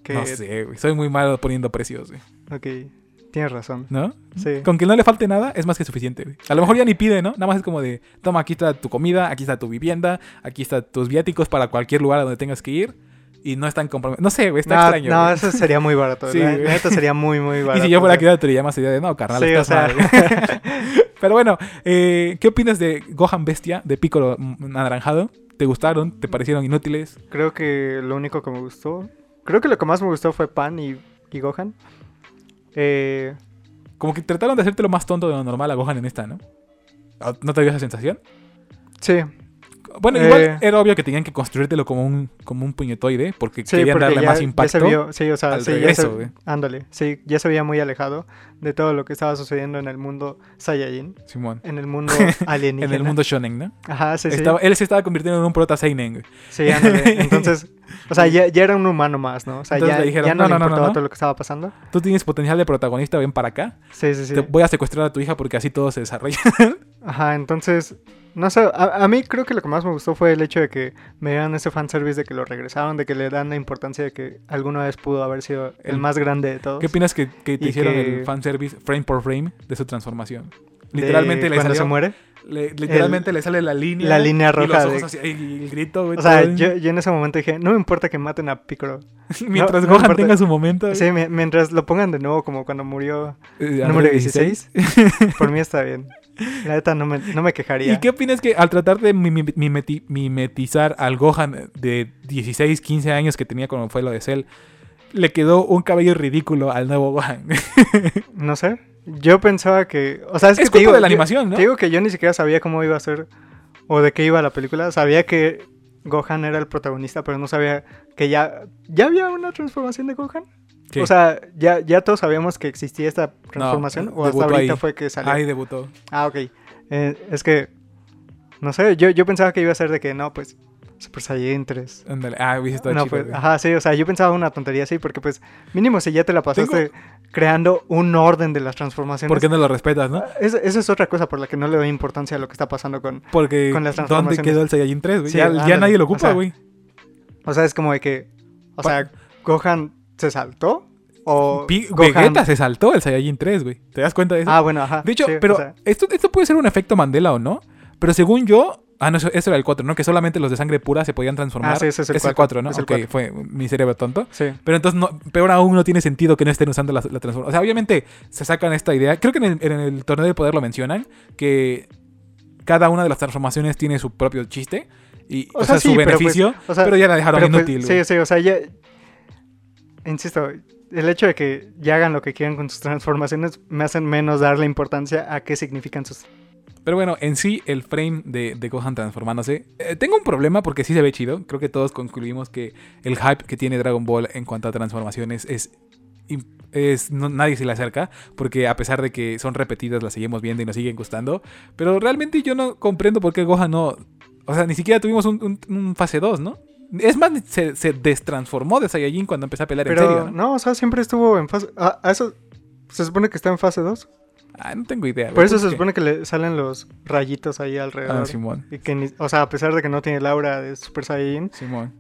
Que, No sé, güey, soy muy malo poniendo precios, güey. Ok, tienes razón. ¿No? Sí. Con que no le falte nada es más que suficiente. güey. A lo mejor ya ni pide, ¿no? Nada más es como de, toma, aquí está tu comida, aquí está tu vivienda, aquí están tus viáticos para cualquier lugar a donde tengas que ir. Y no están comprometidos. No sé, güey, está no, extraño. no, güey. eso sería muy barato. Sí, la güey. la neta sería muy, muy barato. y si yo fuera o sea. Akira Toriyama sería de, no, carnal, Sí, o estás sea. mal, güey". Pero bueno, eh, ¿qué opinas de Gohan Bestia, de Piccolo mm, anaranjado? ¿Te gustaron? ¿Te parecieron inútiles? Creo que lo único que me gustó. Creo que lo que más me gustó fue Pan y, y Gohan. Eh, Como que trataron de hacerte lo más tonto de lo normal a Gohan en esta, ¿no? ¿No te dio esa sensación? sí, Bueno, Eh. igual era obvio que tenían que construírtelo como un, como un puñetoide, porque sí, querían porque darle ya, más ya impacto. se vio, sí, o sea, al sí, ya regreso, se, güey. ándale, sí, ya se veía muy alejado de todo lo que estaba sucediendo en el mundo Saiyajin, Simón. en el mundo En alienígena. el mundo shonen, ¿no? Ajá, sí, sí. Estaba- él se estaba convirtiendo en un prota seinen. güey. Sí, ándale. Entonces, O sea, ya, ya era un humano más, ¿no? O sea, Entonces ya, le dijeron, ya no, "No, le no, no, importaba no". todo lo que estaba pasando. Tú tienes potencial de protagonista, ven para acá. Sí, sí, sí. Te voy a secuestrar a tu hija porque así todo se desarrolla. Ajá, entonces, no sé, a, a mí creo que lo que más me gustó fue el hecho de que me dieran ese fanservice de que lo regresaron, de que le dan la importancia de que alguna vez pudo haber sido el El- más grande de todos. ¿Qué opinas que, que te Y hicieron que- el fanservice frame por frame de su transformación? De Literalmente le cuando salió- se muere. le- literalmente le sale la línea. la línea y los roja ojos de- así, y el grito, güey, O sea, todo. yo, yo en ese momento dije, no me importa que maten a Piccolo. Mientras no Gohan importa. tenga su momento. Sí, mi- mientras lo pongan de nuevo, como cuando murió eh, número Android 16, por mí está bien. La neta no me, no me quejaría. ¿Y qué opinas que al tratar de mimi- mimeti- mimetizar al Gohan de 16, 15 años que tenía cuando fue lo de Cell, le quedó un cabello ridículo al nuevo Gohan? No sé. Yo pensaba que. O sea, es, Es que te culpa digo, de la yo- animación, ¿no? Te digo que yo ni siquiera sabía cómo iba a ser o de qué iba la película. Sabía que Gohan era el protagonista, pero no sabía que ya. ¿Ya había una transformación de Gohan? Sí. O sea, ya, ya todos sabíamos que existía esta transformación. No, o hasta debutó ahorita ahí. fue que salió. Ahí debutó. Ah, ok. Eh, es que. No sé, yo, yo pensaba que iba a ser de que no, pues. Super Saiyan 3. Ándale. Ah, hubiese estado No, chido, pues, güey. ajá, sí, o sea, yo pensaba una tontería así, porque pues, mínimo si ya te la pasaste creando un orden de las transformaciones. ¿Por qué no lo respetas, no? Es- esa es otra cosa por la que no le doy importancia a lo que está pasando con... Porque Con las ¿dónde transformaciones. quedó el Saiyajin 3? güey? Sí, ya, ya ándale. nadie lo O sea, ocupa, güey. O sea, es como de que... O sea, Gohan se saltó o... Pi- Gohan- Vegeta se saltó el Saiyajin 3, güey. ¿Te das cuenta de eso? Ah, bueno, ajá. de hecho, sí, o pero sea, esto, esto puede ser un efecto Mandela o no. Pero según yo. Ah, no, eso, eso era el 4, ¿no? Que solamente los de sangre pura se podían transformar. Ah, sí, ese es el es el 4, cuatro, ¿no? es el Ok, cuatro. fue mi cerebro tonto. sí. Pero entonces, no, peor aún, no tiene sentido que no estén usando la, la transformación. O sea, obviamente se sacan esta idea. Creo que en el, en el torneo del poder lo mencionan, que cada una de las transformaciones tiene su propio chiste. Y, o, sea, sí, su pero, pues, beneficio. Pero, o sea, ya la dejaron pero, pues, inútil. sí, güey. sí, o sea, ya... Insisto, el hecho de que ya hagan lo que quieran con sus transformaciones me hacen menos darle importancia a qué significan sus... Pero bueno, en sí, el frame de, de Gohan transformándose. eh, tengo un problema porque sí se ve chido. Creo que todos concluimos que el hype que tiene Dragon Ball en cuanto a transformaciones es. im- es no- nadie se le acerca porque a pesar de que son repetidas las seguimos viendo y nos siguen gustando pero realmente yo no comprendo por qué Gohan no o sea ni siquiera tuvimos un, un- un fase 2 ¿no? es más se, se destransformó de Saiyajin cuando empezó a pelear Pero en serio ¿no? no, o sea, siempre estuvo en fase... Ah, ah, eso se supone que está en fase 2. Ah, no tengo idea Por eso ¿Por se qué? supone que le salen los rayitos ahí Ah, alrededor. Simón Y que ni- o sea, a pesar de que no tiene el aura de Super Saiyan, Simón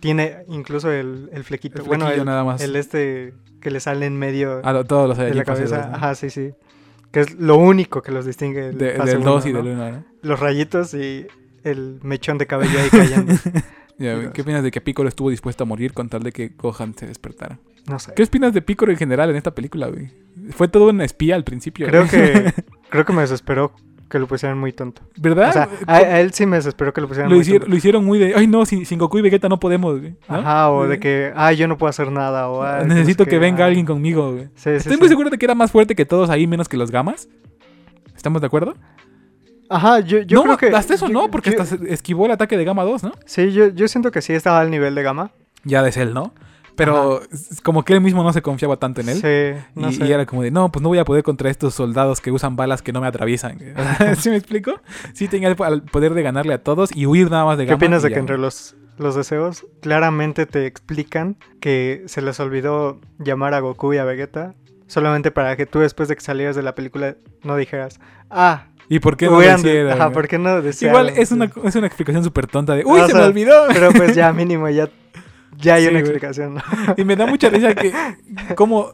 tiene incluso el, el flequito. El bueno, flequillo el, nada más. el este que le sale en medio a lo- todos los de Saiyajin la fase cabeza. dos, ¿no? Ajá, sí, sí. Que es lo único que los distingue del, De- fase del uno, 2 y ¿no? del 1, ¿no? Los rayitos y el mechón de cabello ahí cayendo. Ya, Dios. ¿Qué opinas de que Piccolo estuvo dispuesto a morir con tal de que Gohan se despertara? No sé. ¿Qué opinas de Piccolo en general en esta película, güey? Fue todo un espía al principio. Creo güey. que creo que me desesperó que lo pusieran muy tonto. ¿Verdad? O sea, a, a él sí me desesperó que lo Ah, eh, pusieran lo, muy hicieron, tonto. lo hicieron muy de. Ay, no, sin, sin Goku y Vegeta no podemos, güey. ¿no? Ajá, o de que, ay, yo no puedo hacer nada, o "Ay, no sé Necesito qué, que venga ay". alguien conmigo, güey. ah. Sí, sí, Estoy sí. muy seguro de que era más fuerte que todos ahí, menos que los gamas. ¿Estamos de acuerdo? Ajá, yo, yo no, creo que. hasta eso yo- no, porque yo- hasta se- esquivó el ataque de Gama 2, ¿no? Sí, yo, yo siento que sí estaba al nivel de gama. Ya de Cell, ¿no? Pero es como que él mismo no se confiaba tanto en él. Sí, Y, no sé. y era como de, no, pues no voy a poder contra estos soldados que usan balas que no me atraviesan. ¿Sí me explico? Sí tenía el po- el poder de ganarle a todos y huir nada más de ¿Qué Gama. opinas y de ya, que entre güey. los, los deseos claramente te explican que se les olvidó llamar a Goku y a Vegeta? Solamente para que tú después de que salieras de la película no dijeras, ah, ¿Y por qué no lo hubieran- hicieron, ajá, güey? ¿por qué no Igual desearon?" es una, Sí. es una explicación súper tonta de, uy, O se me sea, olvidó. Pero pues ya mínimo, ya, ya hay Sí, una güey. explicación. ¿no? Y me da mucha risa que, como,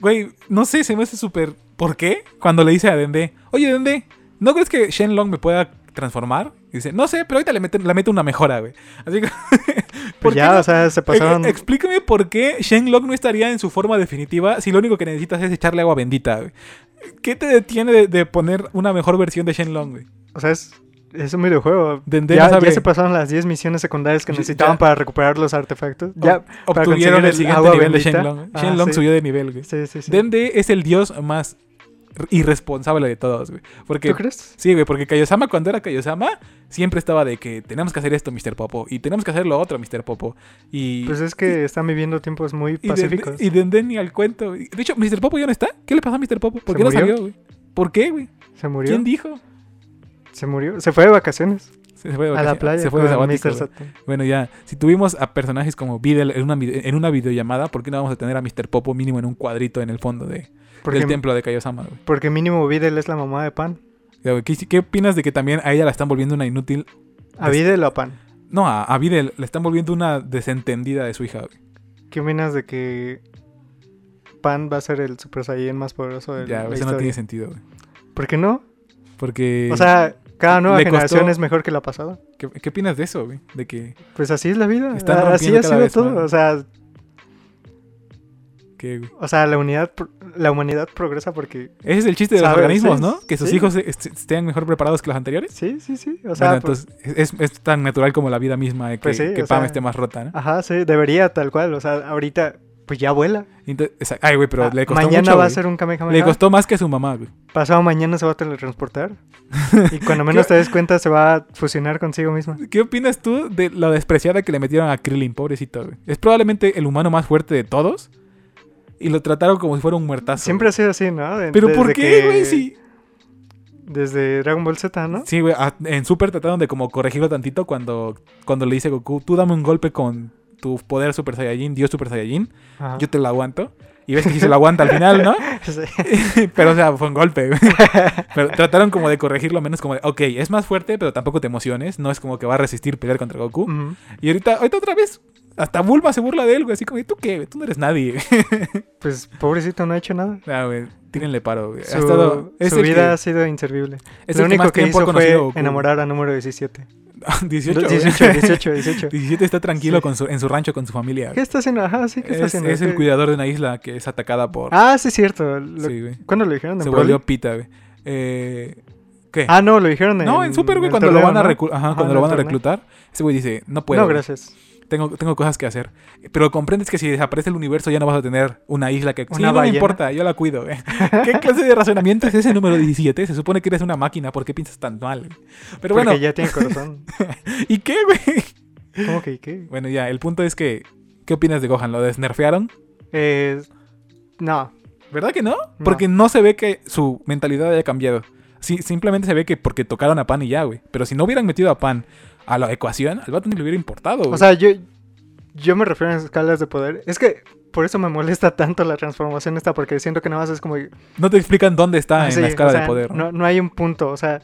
güey, no sé, se me hace súper, ¿por qué? Cuando le dice a Dende, oye, Dende, ¿no crees que Shenlong me pueda transformar? Y dice, no sé, pero ahorita le meto, le meto una mejora, güey. Así que, ¿por Pues qué ya, no- o sea, se Eh, pasaron... eh, Explícame por qué Shenlong no estaría en su forma definitiva si lo único que necesitas es echarle agua bendita. güey. ¿Qué te detiene de, de poner una mejor versión de Shenlong, güey? O sea, es, es un videojuego. Dende ya, no sabe. ya se pasaron las 10 misiones secundarias que Ya- necesitaban ya. para recuperar los artefactos. Ya, Ob- para obtuvieron conseguir el el siguiente agua nivel bendita. de Shenlong. Ah, Shenlong sí. subió de nivel, güey. sí, sí, sí. Dende es el dios más r- irresponsable de todos, güey. Porque ¿Tú crees? Sí, güey, porque Kaiosama cuando era Kaiosama siempre estaba de que tenemos que hacer esto, Mr. Popo, y tenemos que hacer lo otro, Mr. Popo. Y Pues es que están viviendo tiempos muy Y Dende- pacíficos. Y Dende ni al cuento. güey. De hecho, Mr. Popo ya no está. ¿Qué le pasó a Mr. Popo? ¿Por ¿Se qué no murió? salió, güey? ¿Por qué, güey? ¿Se murió? ¿Quién dijo? ¿Se murió? ¿Se fue de vacaciones? Se fue de a la vacaciones- playa se fue de con sabático, Mr. güey. Satan. Bueno, ya, si tuvimos a personajes como Beadle en una, vide- en una videollamada, ¿por qué no vamos a tener a Mr. Popo mínimo en un cuadrito en el fondo de, Porque, del templo de Kaiosama, güey? porque mínimo Videl es la mamá de Pan. Ya, güey, ¿Qué, qué opinas de que también a ella la están volviendo una inútil? A Des- Videl o a Pan. No, a, a Beadle la están volviendo una desentendida de su hija, güey. ¿Qué opinas de que Pan va a ser el Super Saiyan más poderoso de Ya, la eso historia? no tiene sentido, güey. ¿Por qué no? Porque... O sea, cada nueva le costó- generación es mejor que la pasada. ¿qué, qué opinas de eso, güey? De que... Pues así es la vida. Están A- así rompiendo ha cada sido vez todo. más. O sea, que, güey, o sea, la unidad, pro- la humanidad progresa porque Ese es el chiste de los Saber, organismos, sí, ¿no? Que sus sí. hijos est- estén mejor preparados que los anteriores. sí, sí, sí. O sea, Bueno, entonces es, es tan natural como la vida misma eh, que, Pues sí, que o Pam sea- esté más rota, ¿no? pues, ajá, sí, debería tal cual. O sea, ahorita pues ya vuela. Entonces- esa- ay, güey, pero Ah, le costó mañana mucho, va a güey. ser un Le Kamehameha. costó más que a su mamá, güey. Pasado mañana se va a teletransportar. y cuando menos te des cuenta se va a fusionar consigo misma. ¿Qué opinas tú de la despreciada que le metieron a Krillin, pobrecito, güey? Es probablemente el humano más fuerte de todos y lo trataron como si fuera un muertazo. Siempre ha sido así, ¿no? De- güey. Pero ¿por desde qué, que- güey? Sí, Desde Dragon Ball Z, ¿no? sí, güey. a- En Super trataron de como corregirlo tantito cuando, cuando le dice Goku, tú dame un golpe con tu poder Super Saiyajin, Dios Super Saiyajin, Ajá. yo te lo aguanto. Y ves que sí se lo aguanta al final, ¿no? Sí. pero, o sea, fue un golpe. güey. pero trataron como de corregirlo menos como de, ok, es más fuerte, pero tampoco te emociones. No es como que va a resistir pelear contra Goku. Ujú. Y ahorita, ahorita otra vez, hasta Bulma se burla de él, güey. Así como, ¿y tú qué? güey? Tú no eres nadie. Pues pobrecito, no ha hecho nada. ah, güey, tírenle paro, güey. Ha Su, estado- es su el que- vida ha sido inservible. es el Lo único más que, tiempo ha hizo fue conocido a Goku. enamorar a número 17. 18, güey. 18, 18, 18. 17 está tranquilo Sí. con su, en su rancho con su familia. ¿Qué güey. está haciendo? Ajá, sí, ¿qué está Es, haciendo? es el ¿Qué- cuidador de una isla que es atacada por... Ah, sí, es cierto. Lo- sí, güey. ¿Cuándo lo dijeron? ¿En Se Broly? volvió pita, güey. Eh, ¿Qué? Ah, no, lo dijeron en. No, en Super, güey, el cuando lo van torneo, a, ¿no? recu- ajá, Ajá, cuando en lo el van a torneo. reclutar, ese güey dice, no puedo, No, güey, gracias. tengo, tengo cosas que hacer. Pero comprendes que si desaparece el universo ya no vas a tener una isla que... Una sí, no me ballena. importa, yo la cuido. güey. ¿Qué clase de razonamiento es ese número 17? Se supone que eres una máquina, ¿por qué piensas tan mal? güey? Pero bueno, Porque ya tiene corazón. ¿y qué, güey? ¿Cómo que y qué? Bueno, ya, el punto es que... ¿Qué opinas de Gohan? ¿Lo desnerfearon? Eh, no. ¿Verdad que no? No. Porque no se ve que su mentalidad haya cambiado. Sí, simplemente se ve que porque tocaron a Pan y ya, güey. Pero si no hubieran metido a Pan a la ecuación, al vato ni le hubiera importado, güey. O sea, yo, yo me refiero a las escalas de poder. Es que por eso me molesta tanto la transformación esta, porque siento que nada más es como. No te explican dónde está Ah, en Ah, Sí, la escala o sea, de poder. ¿no? No, no hay un punto, o sea,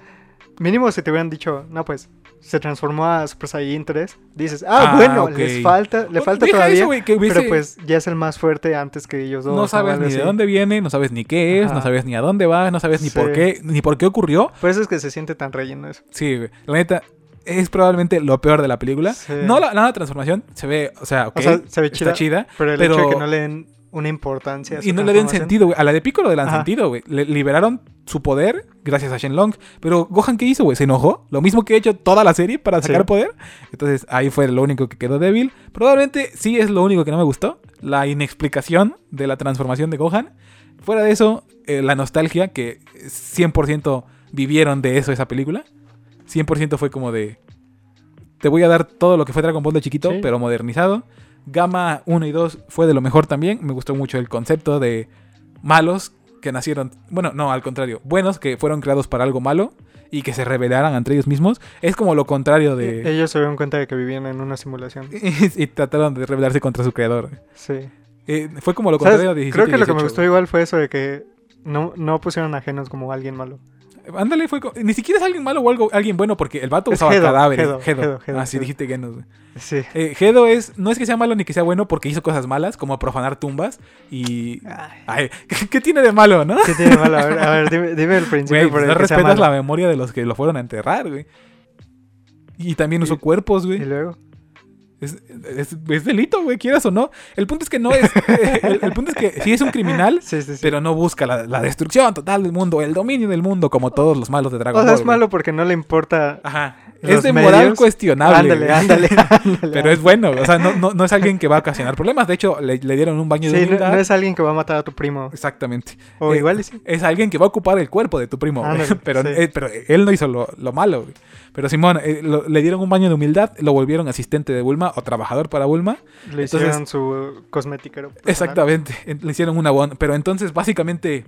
mínimo si te hubieran dicho, no, pues se transformó a Super Saiyan 3, dices, ah, Ah, bueno, ok. les falta, le Oh, falta deja todavía, eso, güey, que hubiese- pero pues ya es el más fuerte antes que ellos dos. no sabes algo ni de así. dónde viene, no sabes ni qué es, no Ajá. sabes ni a dónde va, no sabes ni por Sí. qué, ni por qué ocurrió. Por eso es que se siente tan relleno eso. Sí, güey, la neta es probablemente lo peor de la película. Sí. No, la, la transformación se ve, o sea, ok, O sea, se ve chida, está chida. Pero el Pero- hecho de que no le den una importancia a Y su no le den transformación, sentido, güey. A la de Piccolo le dan Ajá. sentido, güey. Le liberaron su poder gracias a Shenlong. Pero Gohan, ¿qué hizo, güey? Se enojó. Lo mismo que ha hecho toda la serie para Sí. sacar poder. Entonces ahí fue lo único que quedó débil. Probablemente sí es lo único que no me gustó. La inexplicación de la transformación de Gohan. Fuera de eso, eh, la nostalgia que 100% vivieron de eso esa película. 100% fue como de... Te voy a dar todo lo que fue Dragon Ball de chiquito, Sí. pero modernizado. Gama 1 y 2 fue de lo mejor también. Me gustó mucho el concepto de malos que nacieron, bueno, no, al contrario, buenos que fueron creados para algo malo y que se rebelaran entre ellos mismos. Es como lo contrario de... e- Eh, Ellos se dieron cuenta de que vivían en una simulación. y trataron de rebelarse contra su creador. Sí. Eh, fue como lo ¿Sabes? contrario de 17 Creo que y lo que me 18, gustó igual fue eso de que no, no pusieron ajenos como alguien malo. güey. Ándale, fue co- ni siquiera es alguien malo o algo, alguien bueno porque el vato Es usaba Gedo, cadáveres. Gedo, Gedo. Gedo, Gedo, Ah, sí, Gedo. dijiste que no. Sí. Eh, Gedo es, no es que sea malo ni que sea bueno porque hizo cosas malas, como profanar tumbas y... Ay. Ay, ¿qué, qué tiene de malo, no? ¿Qué tiene de malo? A ver, a ver, dime, dime el principio Güey, por pues el no que sea respetas la malo. memoria de los que lo fueron a enterrar, güey. Y también usó Y- cuerpos, Y güey. luego. Es, es- es delito, güey, quieras o no. El punto es que no es. eh, el, el punto es que sí es un criminal, Sí, sí, sí. pero no busca la, la destrucción total del mundo, el dominio del mundo, como todos los malos de Dragon o sea, Ball. es güey. malo porque no le importa. Ajá. Los es de moral medios. cuestionable. Ándale, güey. ándale, ándale. Pero es bueno, o sea, no, no, no es alguien que va a ocasionar problemas. De hecho, le, le dieron un baño de Sí, no, humildad. no es alguien que va a matar a tu primo. Exactamente. O Eh, igual y sí. es alguien que va a ocupar el cuerpo de tu primo. güey. Ándale, pero, sí. eh, pero él no hizo lo, lo malo. güey. Pero Simón, eh, lo- le dieron un baño de humildad, lo volvieron asistente de Bulma o trabajador para Bulma. Le entonces- hicieron su pues, cosmética. Exactamente, en- le hicieron una bon. Pero entonces, básicamente,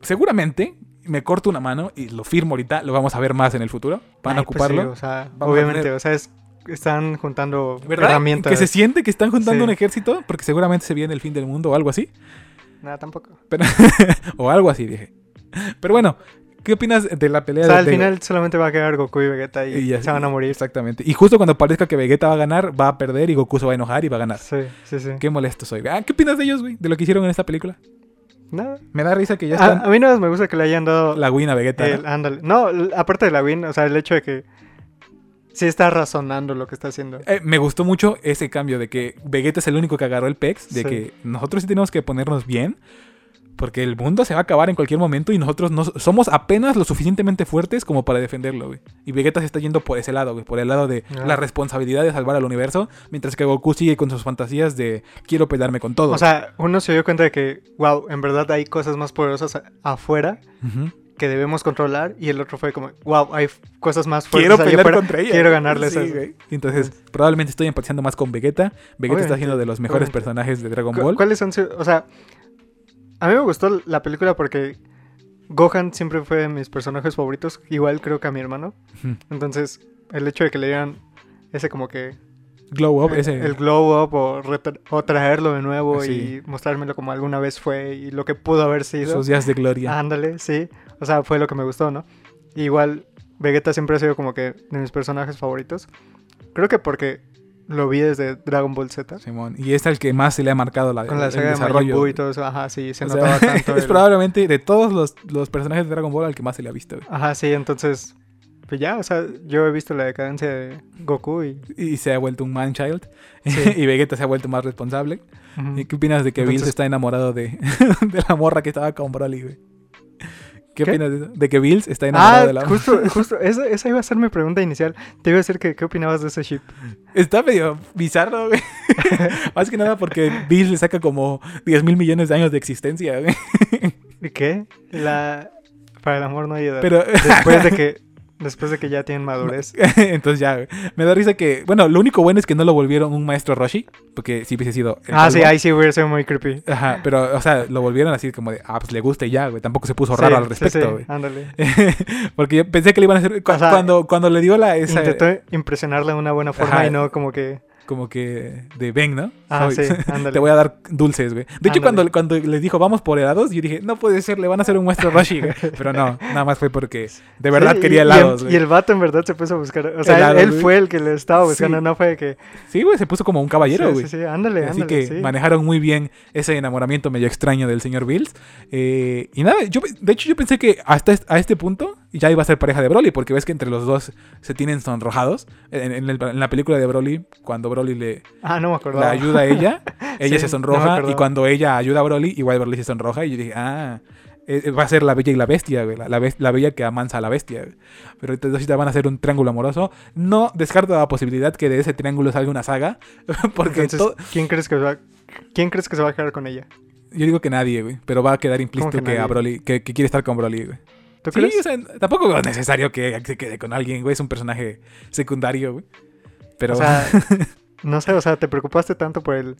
seguramente me corto una mano y lo firmo ahorita, lo vamos a ver más en el futuro. Van a Ay, pues sí, ocuparlo. o sea, Vamos a obviamente, tener- o sea, es- están juntando ¿Verdad? herramientas. Que se siente que están juntando Sí. un ejército, porque seguramente se viene el fin del mundo o algo así. Nada, tampoco. Pero, o algo así, dije. Pero bueno, ¿qué opinas de la pelea O sea, de- al de- final solamente va a quedar Goku y Vegeta y, y ya- se van a morir. Exactamente. Y justo cuando parezca que Vegeta va a ganar, va a perder y Goku se va a enojar y va a ganar. Sí, sí, sí. Qué molesto soy. Ah, ¿Qué opinas de ellos, güey? De lo que hicieron en esta película. Nada. Me da risa que ya A, están a mí nada más me gusta que le hayan dado la win a Vegeta. ¿no? Ah, el ándale. No, l- aparte de la win, o sea, el hecho de que sí está razonando lo que está haciendo. Eh, me gustó mucho ese cambio de que Vegeta es el único que agarró el PEX, de Sí. que nosotros sí tenemos que ponernos bien, porque el mundo se va a acabar en cualquier momento y nosotros no somos apenas lo suficientemente fuertes como para defenderlo, güey. Y Vegeta se está yendo por ese lado, güey, por el lado de Ah. la responsabilidad de salvar al universo, mientras que Goku sigue con sus fantasías de quiero pelearme con todo. O sea, uno se dio cuenta de que, wow, en verdad hay cosas más poderosas a- afuera Ujú. que debemos controlar. Y el otro fue como, wow, hay f- cosas más fuertes Quiero allá pelear afuera, contra ella. Quiero ganarles Sí, eso. güey. Entonces, probablemente estoy empatizando más con Vegeta. Vegeta está Obviamente, siendo de los mejores obviamente. personajes de Dragon Cu- Ball. ¿Cuáles son su- O sea, a mí me gustó la película porque Gohan siempre fue de mis personajes favoritos, igual creo que a mi hermano. Ujú. Entonces, el hecho de que le dieran ese como que Glow Up, eh, Oh, ese. el glow up o, retra- o traerlo de nuevo Sí. y mostrármelo como alguna vez fue y lo que pudo haber sido. Esos días de gloria. Ándale, sí. O sea, fue lo que me gustó, ¿no? Igual, Vegeta siempre ha sido como que de mis personajes favoritos. Creo que porque lo vi desde Dragon Ball Z. Simón. Y es el que más se le ha marcado la, Con la el saga de Majin desarrollo. Buu güey. y todo eso, ajá, sí, se O sea, notaba tanto. es el- probablemente de todos los, los personajes de Dragon Ball al que más se le ha visto. güey. Ajá, sí, entonces, pues ya, o sea, yo he visto la decadencia de Goku y... Y se ha vuelto un man-child. Sí. y Vegeta se ha vuelto más responsable. Ujú. ¿Y qué opinas de que Bills Entonces- está enamorado de, de la morra que estaba con Broly, güey? ¿Qué, ¿Qué? opinas de eso? De que Bills está enamorado Ah, de la justo, justo, esa, esa iba a ser mi pregunta inicial. Te iba a decir que, ¿qué opinabas de ese ship? Está medio bizarro, güey. más que nada porque Bills le saca como 10 mil millones de años de existencia, güey. ¿Y ¿Qué? La... Para el amor no hay edad. Pero... Después de que... Después de que ya tienen madurez. Entonces ya, güey. me da risa que. Bueno, lo único bueno es que no lo volvieron un maestro Roshi, porque si hubiese sido. el Ah, sí, polvo. ahí sí hubiera sido muy creepy. Ajá, pero, o sea, lo volvieron así como de, ah, pues le gusta y ya, güey. Tampoco se puso Sí, raro al sí, sí, respecto, güey. ándale. porque yo pensé que le iban a hacer. cu- O sea, cuando, cuando le dio la. Esa, Intentó impresionarle de una buena forma Ajá. y no como que... Como que. De ven, ¿no? Ah, Soy- sí, ándale. Te voy a dar dulces, güey. De hecho, Ándale. cuando, cuando les dijo, vamos por helados, yo dije, no puede ser, le van a hacer un maestro Roshi, güey. Pero no, nada más fue porque de verdad Sí, y- quería y el- helados, Y, güey. el vato en verdad se puso a buscar. O sea, él- Helados, él, güey. fue el que le estaba buscando, Sí. no fue que. Sí, güey, se puso como un caballero, sí, güey. sí, sí, ándale, Así ándale. que sí. manejaron muy bien ese enamoramiento medio extraño del señor Bills. Eh, y nada, yo, pe- de hecho yo pensé que hasta est- a este punto ya iba a ser pareja de Broly, porque ves que entre los dos se tienen sonrojados. En, en el- en la película de Broly, cuando Broly le Ah, no me la acordaba. ayuda a ella, ella Sí, se no me sonroja. y acordaba. cuando ella ayuda a Broly, igual Broly se sonroja. Y yo dije, ah, eh, eh, va a ser la bella y la bestia, güey, la, la bes- la bella que amansa a la bestia. güey. Pero entonces ahorita van a hacer un triángulo amoroso. No descarto la posibilidad que de ese triángulo salga una saga, porque Entonces, todo- ¿quién crees que va? ¿Quién crees que se va a quedar con ella? yo digo que nadie, güey. Pero va a quedar implícito que que, a nadie? Broly, que, que quiere estar con Broly, güey. ¿Tú Sí, crees? o sea, tampoco es necesario que se quede con alguien, güey. Es un personaje secundario, güey. Pero ah, O sea, no sé, o sea, te preocupaste tanto por el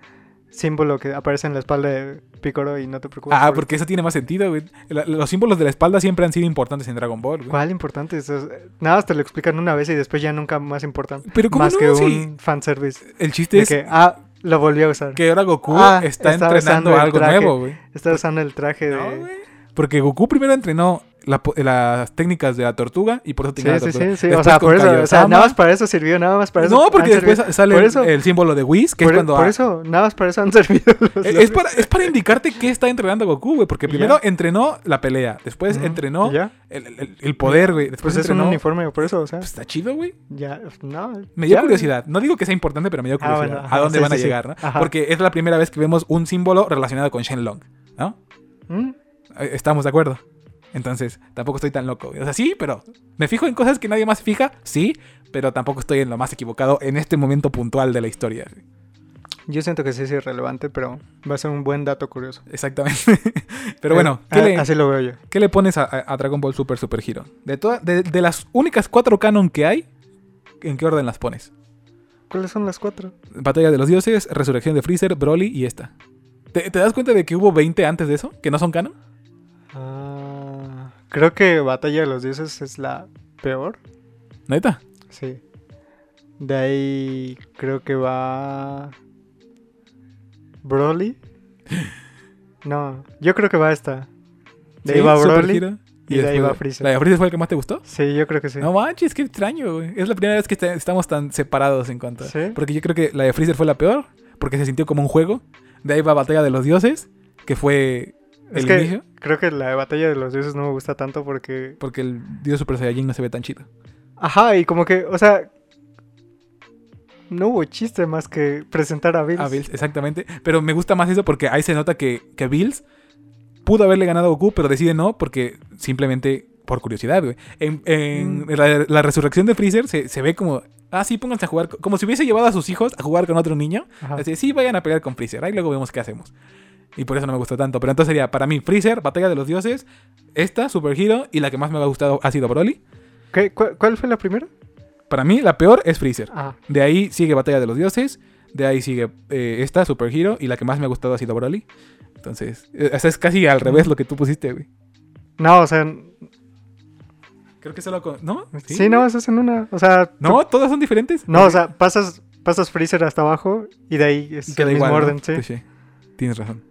símbolo que aparece en la espalda de Picoro y no te preocupas. Ah, por- porque eso tiene más sentido, güey. La- Los símbolos de la espalda siempre han sido importantes en Dragon Ball, güey. ¿Cuál importante? Eso es- eh, Nada más te lo explican una vez y después ya nunca más importan. Pero ¿cómo Más no? que Sí. un fanservice. El chiste De es que, ah, lo volví a usar. que ahora Goku Ah, está está entrenando usando el algo traje. nuevo, güey. Está usando el traje de. No, güey. Porque Goku primero entrenó la po- eh, las técnicas de la tortuga y por eso Sí, tenía la sí, tortuga. sí, sí. O Después sea, con por eso, o sea, Kaiosama. nada más para eso sirvió, nada más para eso. No, porque han después servido. sale por el- eso, el, símbolo de Whis, que por, es e, cuando por a- eso, nada más para eso han servido. Eh, los Es, es lobbies. para, es para indicarte que está entrenando Goku, güey. Porque Y primero ya. entrenó la pelea. Después Ujú, entrenó ¿y ya? el, el- el poder, güey. Después Pues es un entrenó. uniforme, por eso, o sea, Pues está chido, güey. ya, no. Me dio ya, curiosidad. No digo que sea importante, pero me dio Ah, bueno, curiosidad. ajá, ¿A dónde sí, van a sí, sí. llegar, no? Ajá. Porque es la primera vez que vemos un símbolo relacionado con Shenlong, ¿no? ¿Mm? Eh, Estamos de acuerdo. Entonces, tampoco estoy tan loco. güey. O sea, sí, pero me fijo en cosas que nadie más se fija, sí, pero tampoco estoy en lo más equivocado en este momento puntual de la historia. güey. Yo siento que sí es irrelevante, pero va a ser un buen dato curioso. Exactamente. Pero bueno, Eh, ¿qué a- le- así lo veo yo. ¿Qué le pones a, a- a Dragon Ball Super Super Hero? De, toda- de, de las únicas cuatro canon que hay, ¿en qué orden las pones? ¿Cuáles son las cuatro? Batalla de los Dioses, Resurrección de Freezer, Broly y esta. ¿Te, te das cuenta de que hubo 20 antes de eso? ¿Que no son canon? Ah, Creo que Batalla de los Dioses es la peor. ¿Neta? Sí. De ahí creo que va. Broly. No, yo creo que va esta. De ahí Sí, va Super Broly. Hero. y de ahí después- va Freezer. ¿La de Freezer fue la que más te gustó? Sí, yo creo que sí. No manches, qué extraño, güey. Es la primera vez que est- estamos tan separados en cuanto a... ¿Sí? Porque yo creo que la de Freezer fue la peor, porque se sintió como un juego. De ahí va Batalla de los Dioses, que fue el Es que inicio, creo que la de Batalla de los Dioses no me gusta tanto porque. porque el Dios Super Saiyajin no se ve tan chido. Ajá, y como que, o sea. No hubo chiste más que presentar a Bills. A Bills, exactamente. Pero me gusta más eso porque ahí se nota que, que Bills pudo haberle ganado a Goku, pero decide no porque simplemente por curiosidad, güey. En, en Mm. la, la resurrección de Freezer se, se ve como, ah, sí, pónganse a jugar, co- como si hubiese llevado a sus hijos a jugar con otro niño. Ajá. Así, sí, vayan a pelear con Freezer, ahí luego vemos qué hacemos. Y por eso no me gustó tanto. Pero entonces sería, para mí, Freezer, Batalla de los Dioses, esta, Super Hero, y la que más me ha gustado ha sido Broly. ¿Qué- cuál, cuál fue la primera? Para mí, la peor es Freezer. Ah, De ahí sigue Batalla de los Dioses. De ahí sigue eh, esta, Super Hero. Y la que más me ha gustado ha sido Broly. Entonces, eh, o sea, es casi al revés lo que tú pusiste, güey. no, o sea. Creo que solo con. ¿No? Sí, no, eso es en una. O sea. ¿No? ¿Todas son diferentes? No, o sea, pasas, pasas Freezer hasta abajo y de ahí es Queda el mismo igual, ¿no? orden, sí. Pues sí. Tienes razón.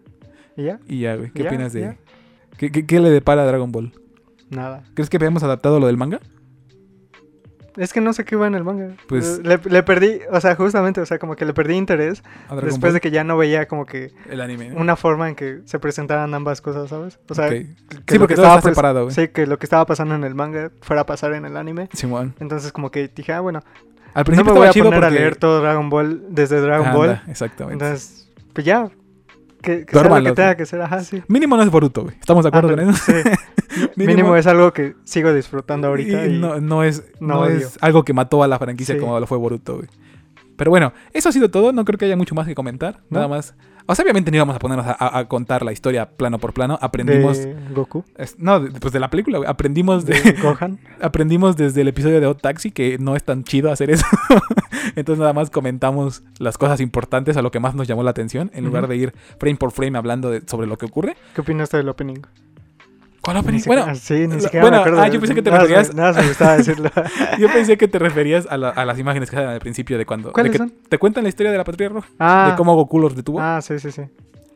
¿Y ya? Y ya, güey. ¿Qué Ya, opinas de.? ya. ¿Qué, qué, qué le depara a Dragon Ball? Nada. ¿Crees que habíamos adaptado lo del manga? Es que no sé qué iba en el manga. Eh, Pues- Le, le perdí, o sea, justamente, o sea, como que le perdí interés A Dragon después Ball, Eh. de que ya no veía como que el anime. ¿no? una forma en que se presentaran ambas cosas, ¿sabes? O sea, Ok. que Sí, lo porque que todo estaba está pres- separado, güey. sí, que lo que estaba pasando en el manga fuera a pasar en el anime. Simón. Entonces como que dije, ah, bueno, Al no principio me voy estaba a chido poner porque... a leer todo Dragon Ball desde Dragon Anda, Ball. Exactamente. Entonces, pues ya, que, que sea lo que Duérmalo. tenga que ser, ajá, sí. Mínimo no es Boruto, güey. ¿Estamos de acuerdo con Ándale, eso? Ah, sí. Mínimo es algo que sigo disfrutando ahorita. Y y- no, no es, no no es algo que mató a la franquicia Sí. como lo fue Boruto, güey. Pero bueno, eso ha sido todo. No creo que haya mucho más que comentar. ¿No? Nada más. O sea, obviamente no íbamos a ponernos a, a- a contar la historia plano por plano. Aprendimos. de Goku, es- no, de- pues de la película, güey. Aprendimos, de- de Gohan. aprendimos desde el episodio de Hot Taxi que no es tan chido hacer eso. Entonces nada más comentamos las cosas importantes a lo que más nos llamó la atención. En lugar Ujú. de ir frame por frame hablando de- sobre lo que ocurre. ¿Qué opinaste del opening? ¿Cuál Ni opening? siquiera- Bueno, sí, ni lo- siquiera bueno, me acuerdo. ah, yo de- pensé que te nada, referías- se- Nada, se me gustaba decirlo. yo pensé que te referías a, la- a las imágenes que salen al principio de cuando... de ¿Cuáles que son? Te cuentan la historia de la Patrulla Roja. Ah, de cómo Goku los detuvo. ah, sí, sí, sí.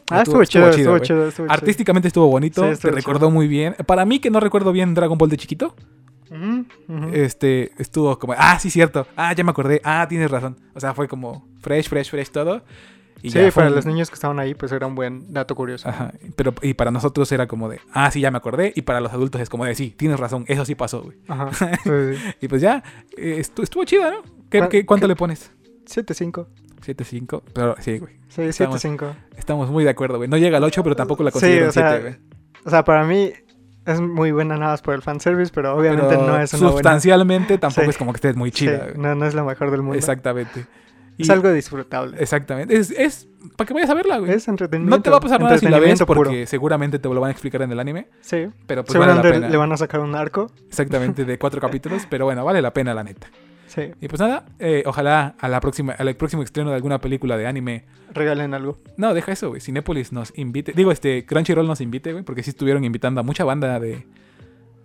Ah, Estuvo- estuvo, estuvo chido, chido, estuvo güey. chido, estuvo chido. Artísticamente estuvo bonito, Sí, estuvo te recordó muy bien. Para mí que no recuerdo bien Dragon Ball de chiquito, Ujú, ujú. este estuvo como, ah, sí cierto. Ah, ya me acordé. Ah, tienes razón. O sea, fue como fresh, fresh, fresh todo. Y sí, ya fue Ah. para un- los niños que estaban ahí, pues era un buen dato curioso. Ajá, pero y para nosotros era como de, ah, sí, ya me acordé, y para los adultos es como de, sí, tienes razón, eso sí pasó, güey. Ajá. Sí, sí. Y pues ya, eh, estu- estuvo chido, ¿no? ¿Qué, ¿Cuán- qué- cuánto Ah, qué- le pones? 7-5. 7-5, pero sí, güey. Sí, Estamos- 7-5. Estamos muy de acuerdo, güey. No llega al 8, pero tampoco la Sí, considero o sea, 7, güey. O sea, para mí es muy buena nada más por el fanservice, pero obviamente Pero no es una buena. Sustancialmente tampoco Sí. es como que estés muy chida, Sí, güey. no, no es la mejor del mundo. Exactamente. Es Y- algo disfrutable. Exactamente. Es, es para que vayas a verla, güey. Es entretenimiento. No te va a pasar nada si la ves entretenimiento porque puro. seguramente te lo van a explicar en el anime, Sí. pero pues vale la Seguramente pena. le van a sacar un arco. Exactamente, de cuatro capítulos, pero bueno, vale la pena, la neta. Sí. Y pues nada, eh, ojalá a la próxima, al próximo estreno de alguna película de anime. Regalen algo. No, deja eso, güey. Cinépolis nos invite. Digo, este, Crunchyroll nos invite, güey, porque sí estuvieron invitando a mucha banda de,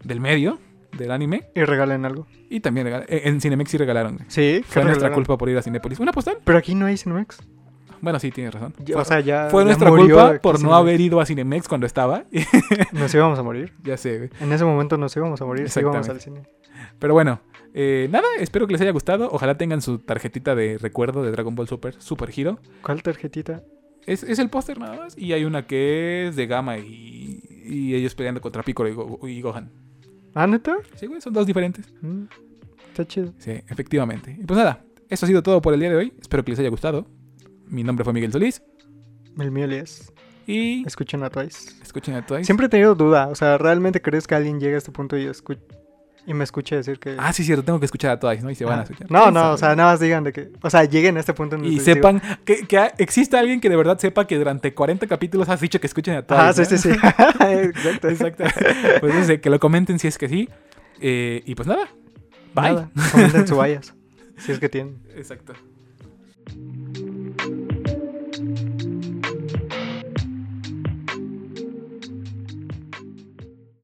del medio, del anime. Y regalen algo. Y también regal- eh, en Cinemex sí regalaron, güey. Sí. Fue nuestra ¿qué regalaron? culpa por ir a Cinépolis. ¿Una postal? Pero aquí no hay Cinemex. Bueno, sí, tienes razón. Ya- o sea, ya. Fue ya nuestra murió culpa aquí por no Cinemex. haber ido a Cinemex cuando estaba. Nos íbamos a morir. ya sé, güey. En ese momento nos íbamos a morir si íbamos al cine. Pero bueno, eh, nada, espero que les haya gustado. Ojalá tengan su tarjetita de recuerdo de Dragon Ball Super, Super Hero. ¿Cuál tarjetita? Es, es el póster nada más. Y hay una que es de Gama y, y ellos peleando contra Piccolo y, Go- y Gohan. ¿Ah, neta? Sí, güey, son dos diferentes. Mm, Está chido. Sí, efectivamente. Y pues nada, eso ha sido todo por el día de hoy. Espero que les haya gustado. Mi nombre fue Miguel Solís El mío es. y Escuchen a Twice. escuchen a Twice. Siempre he tenido duda. O sea, ¿realmente crees que alguien llega a este punto y, escu- y me escuche decir que. Ah, sí, cierto, tengo que escuchar a Twice, ¿no? Y se van a Ah, escuchar. No, Quién no, o sabe. sea, nada más digan de que. O sea, lleguen a este punto en el Y que digo, sepan que, que ha- exista alguien que de verdad sepa que durante 40 capítulos has dicho que escuchen a Twice. Ah, sí, ¿no? sí, sí. Exacto. Exacto. Pues no sé, que lo comenten si es que sí. Eh, y pues nada. Bye. Nada, comenten su bias, Si es que tienen. Exacto.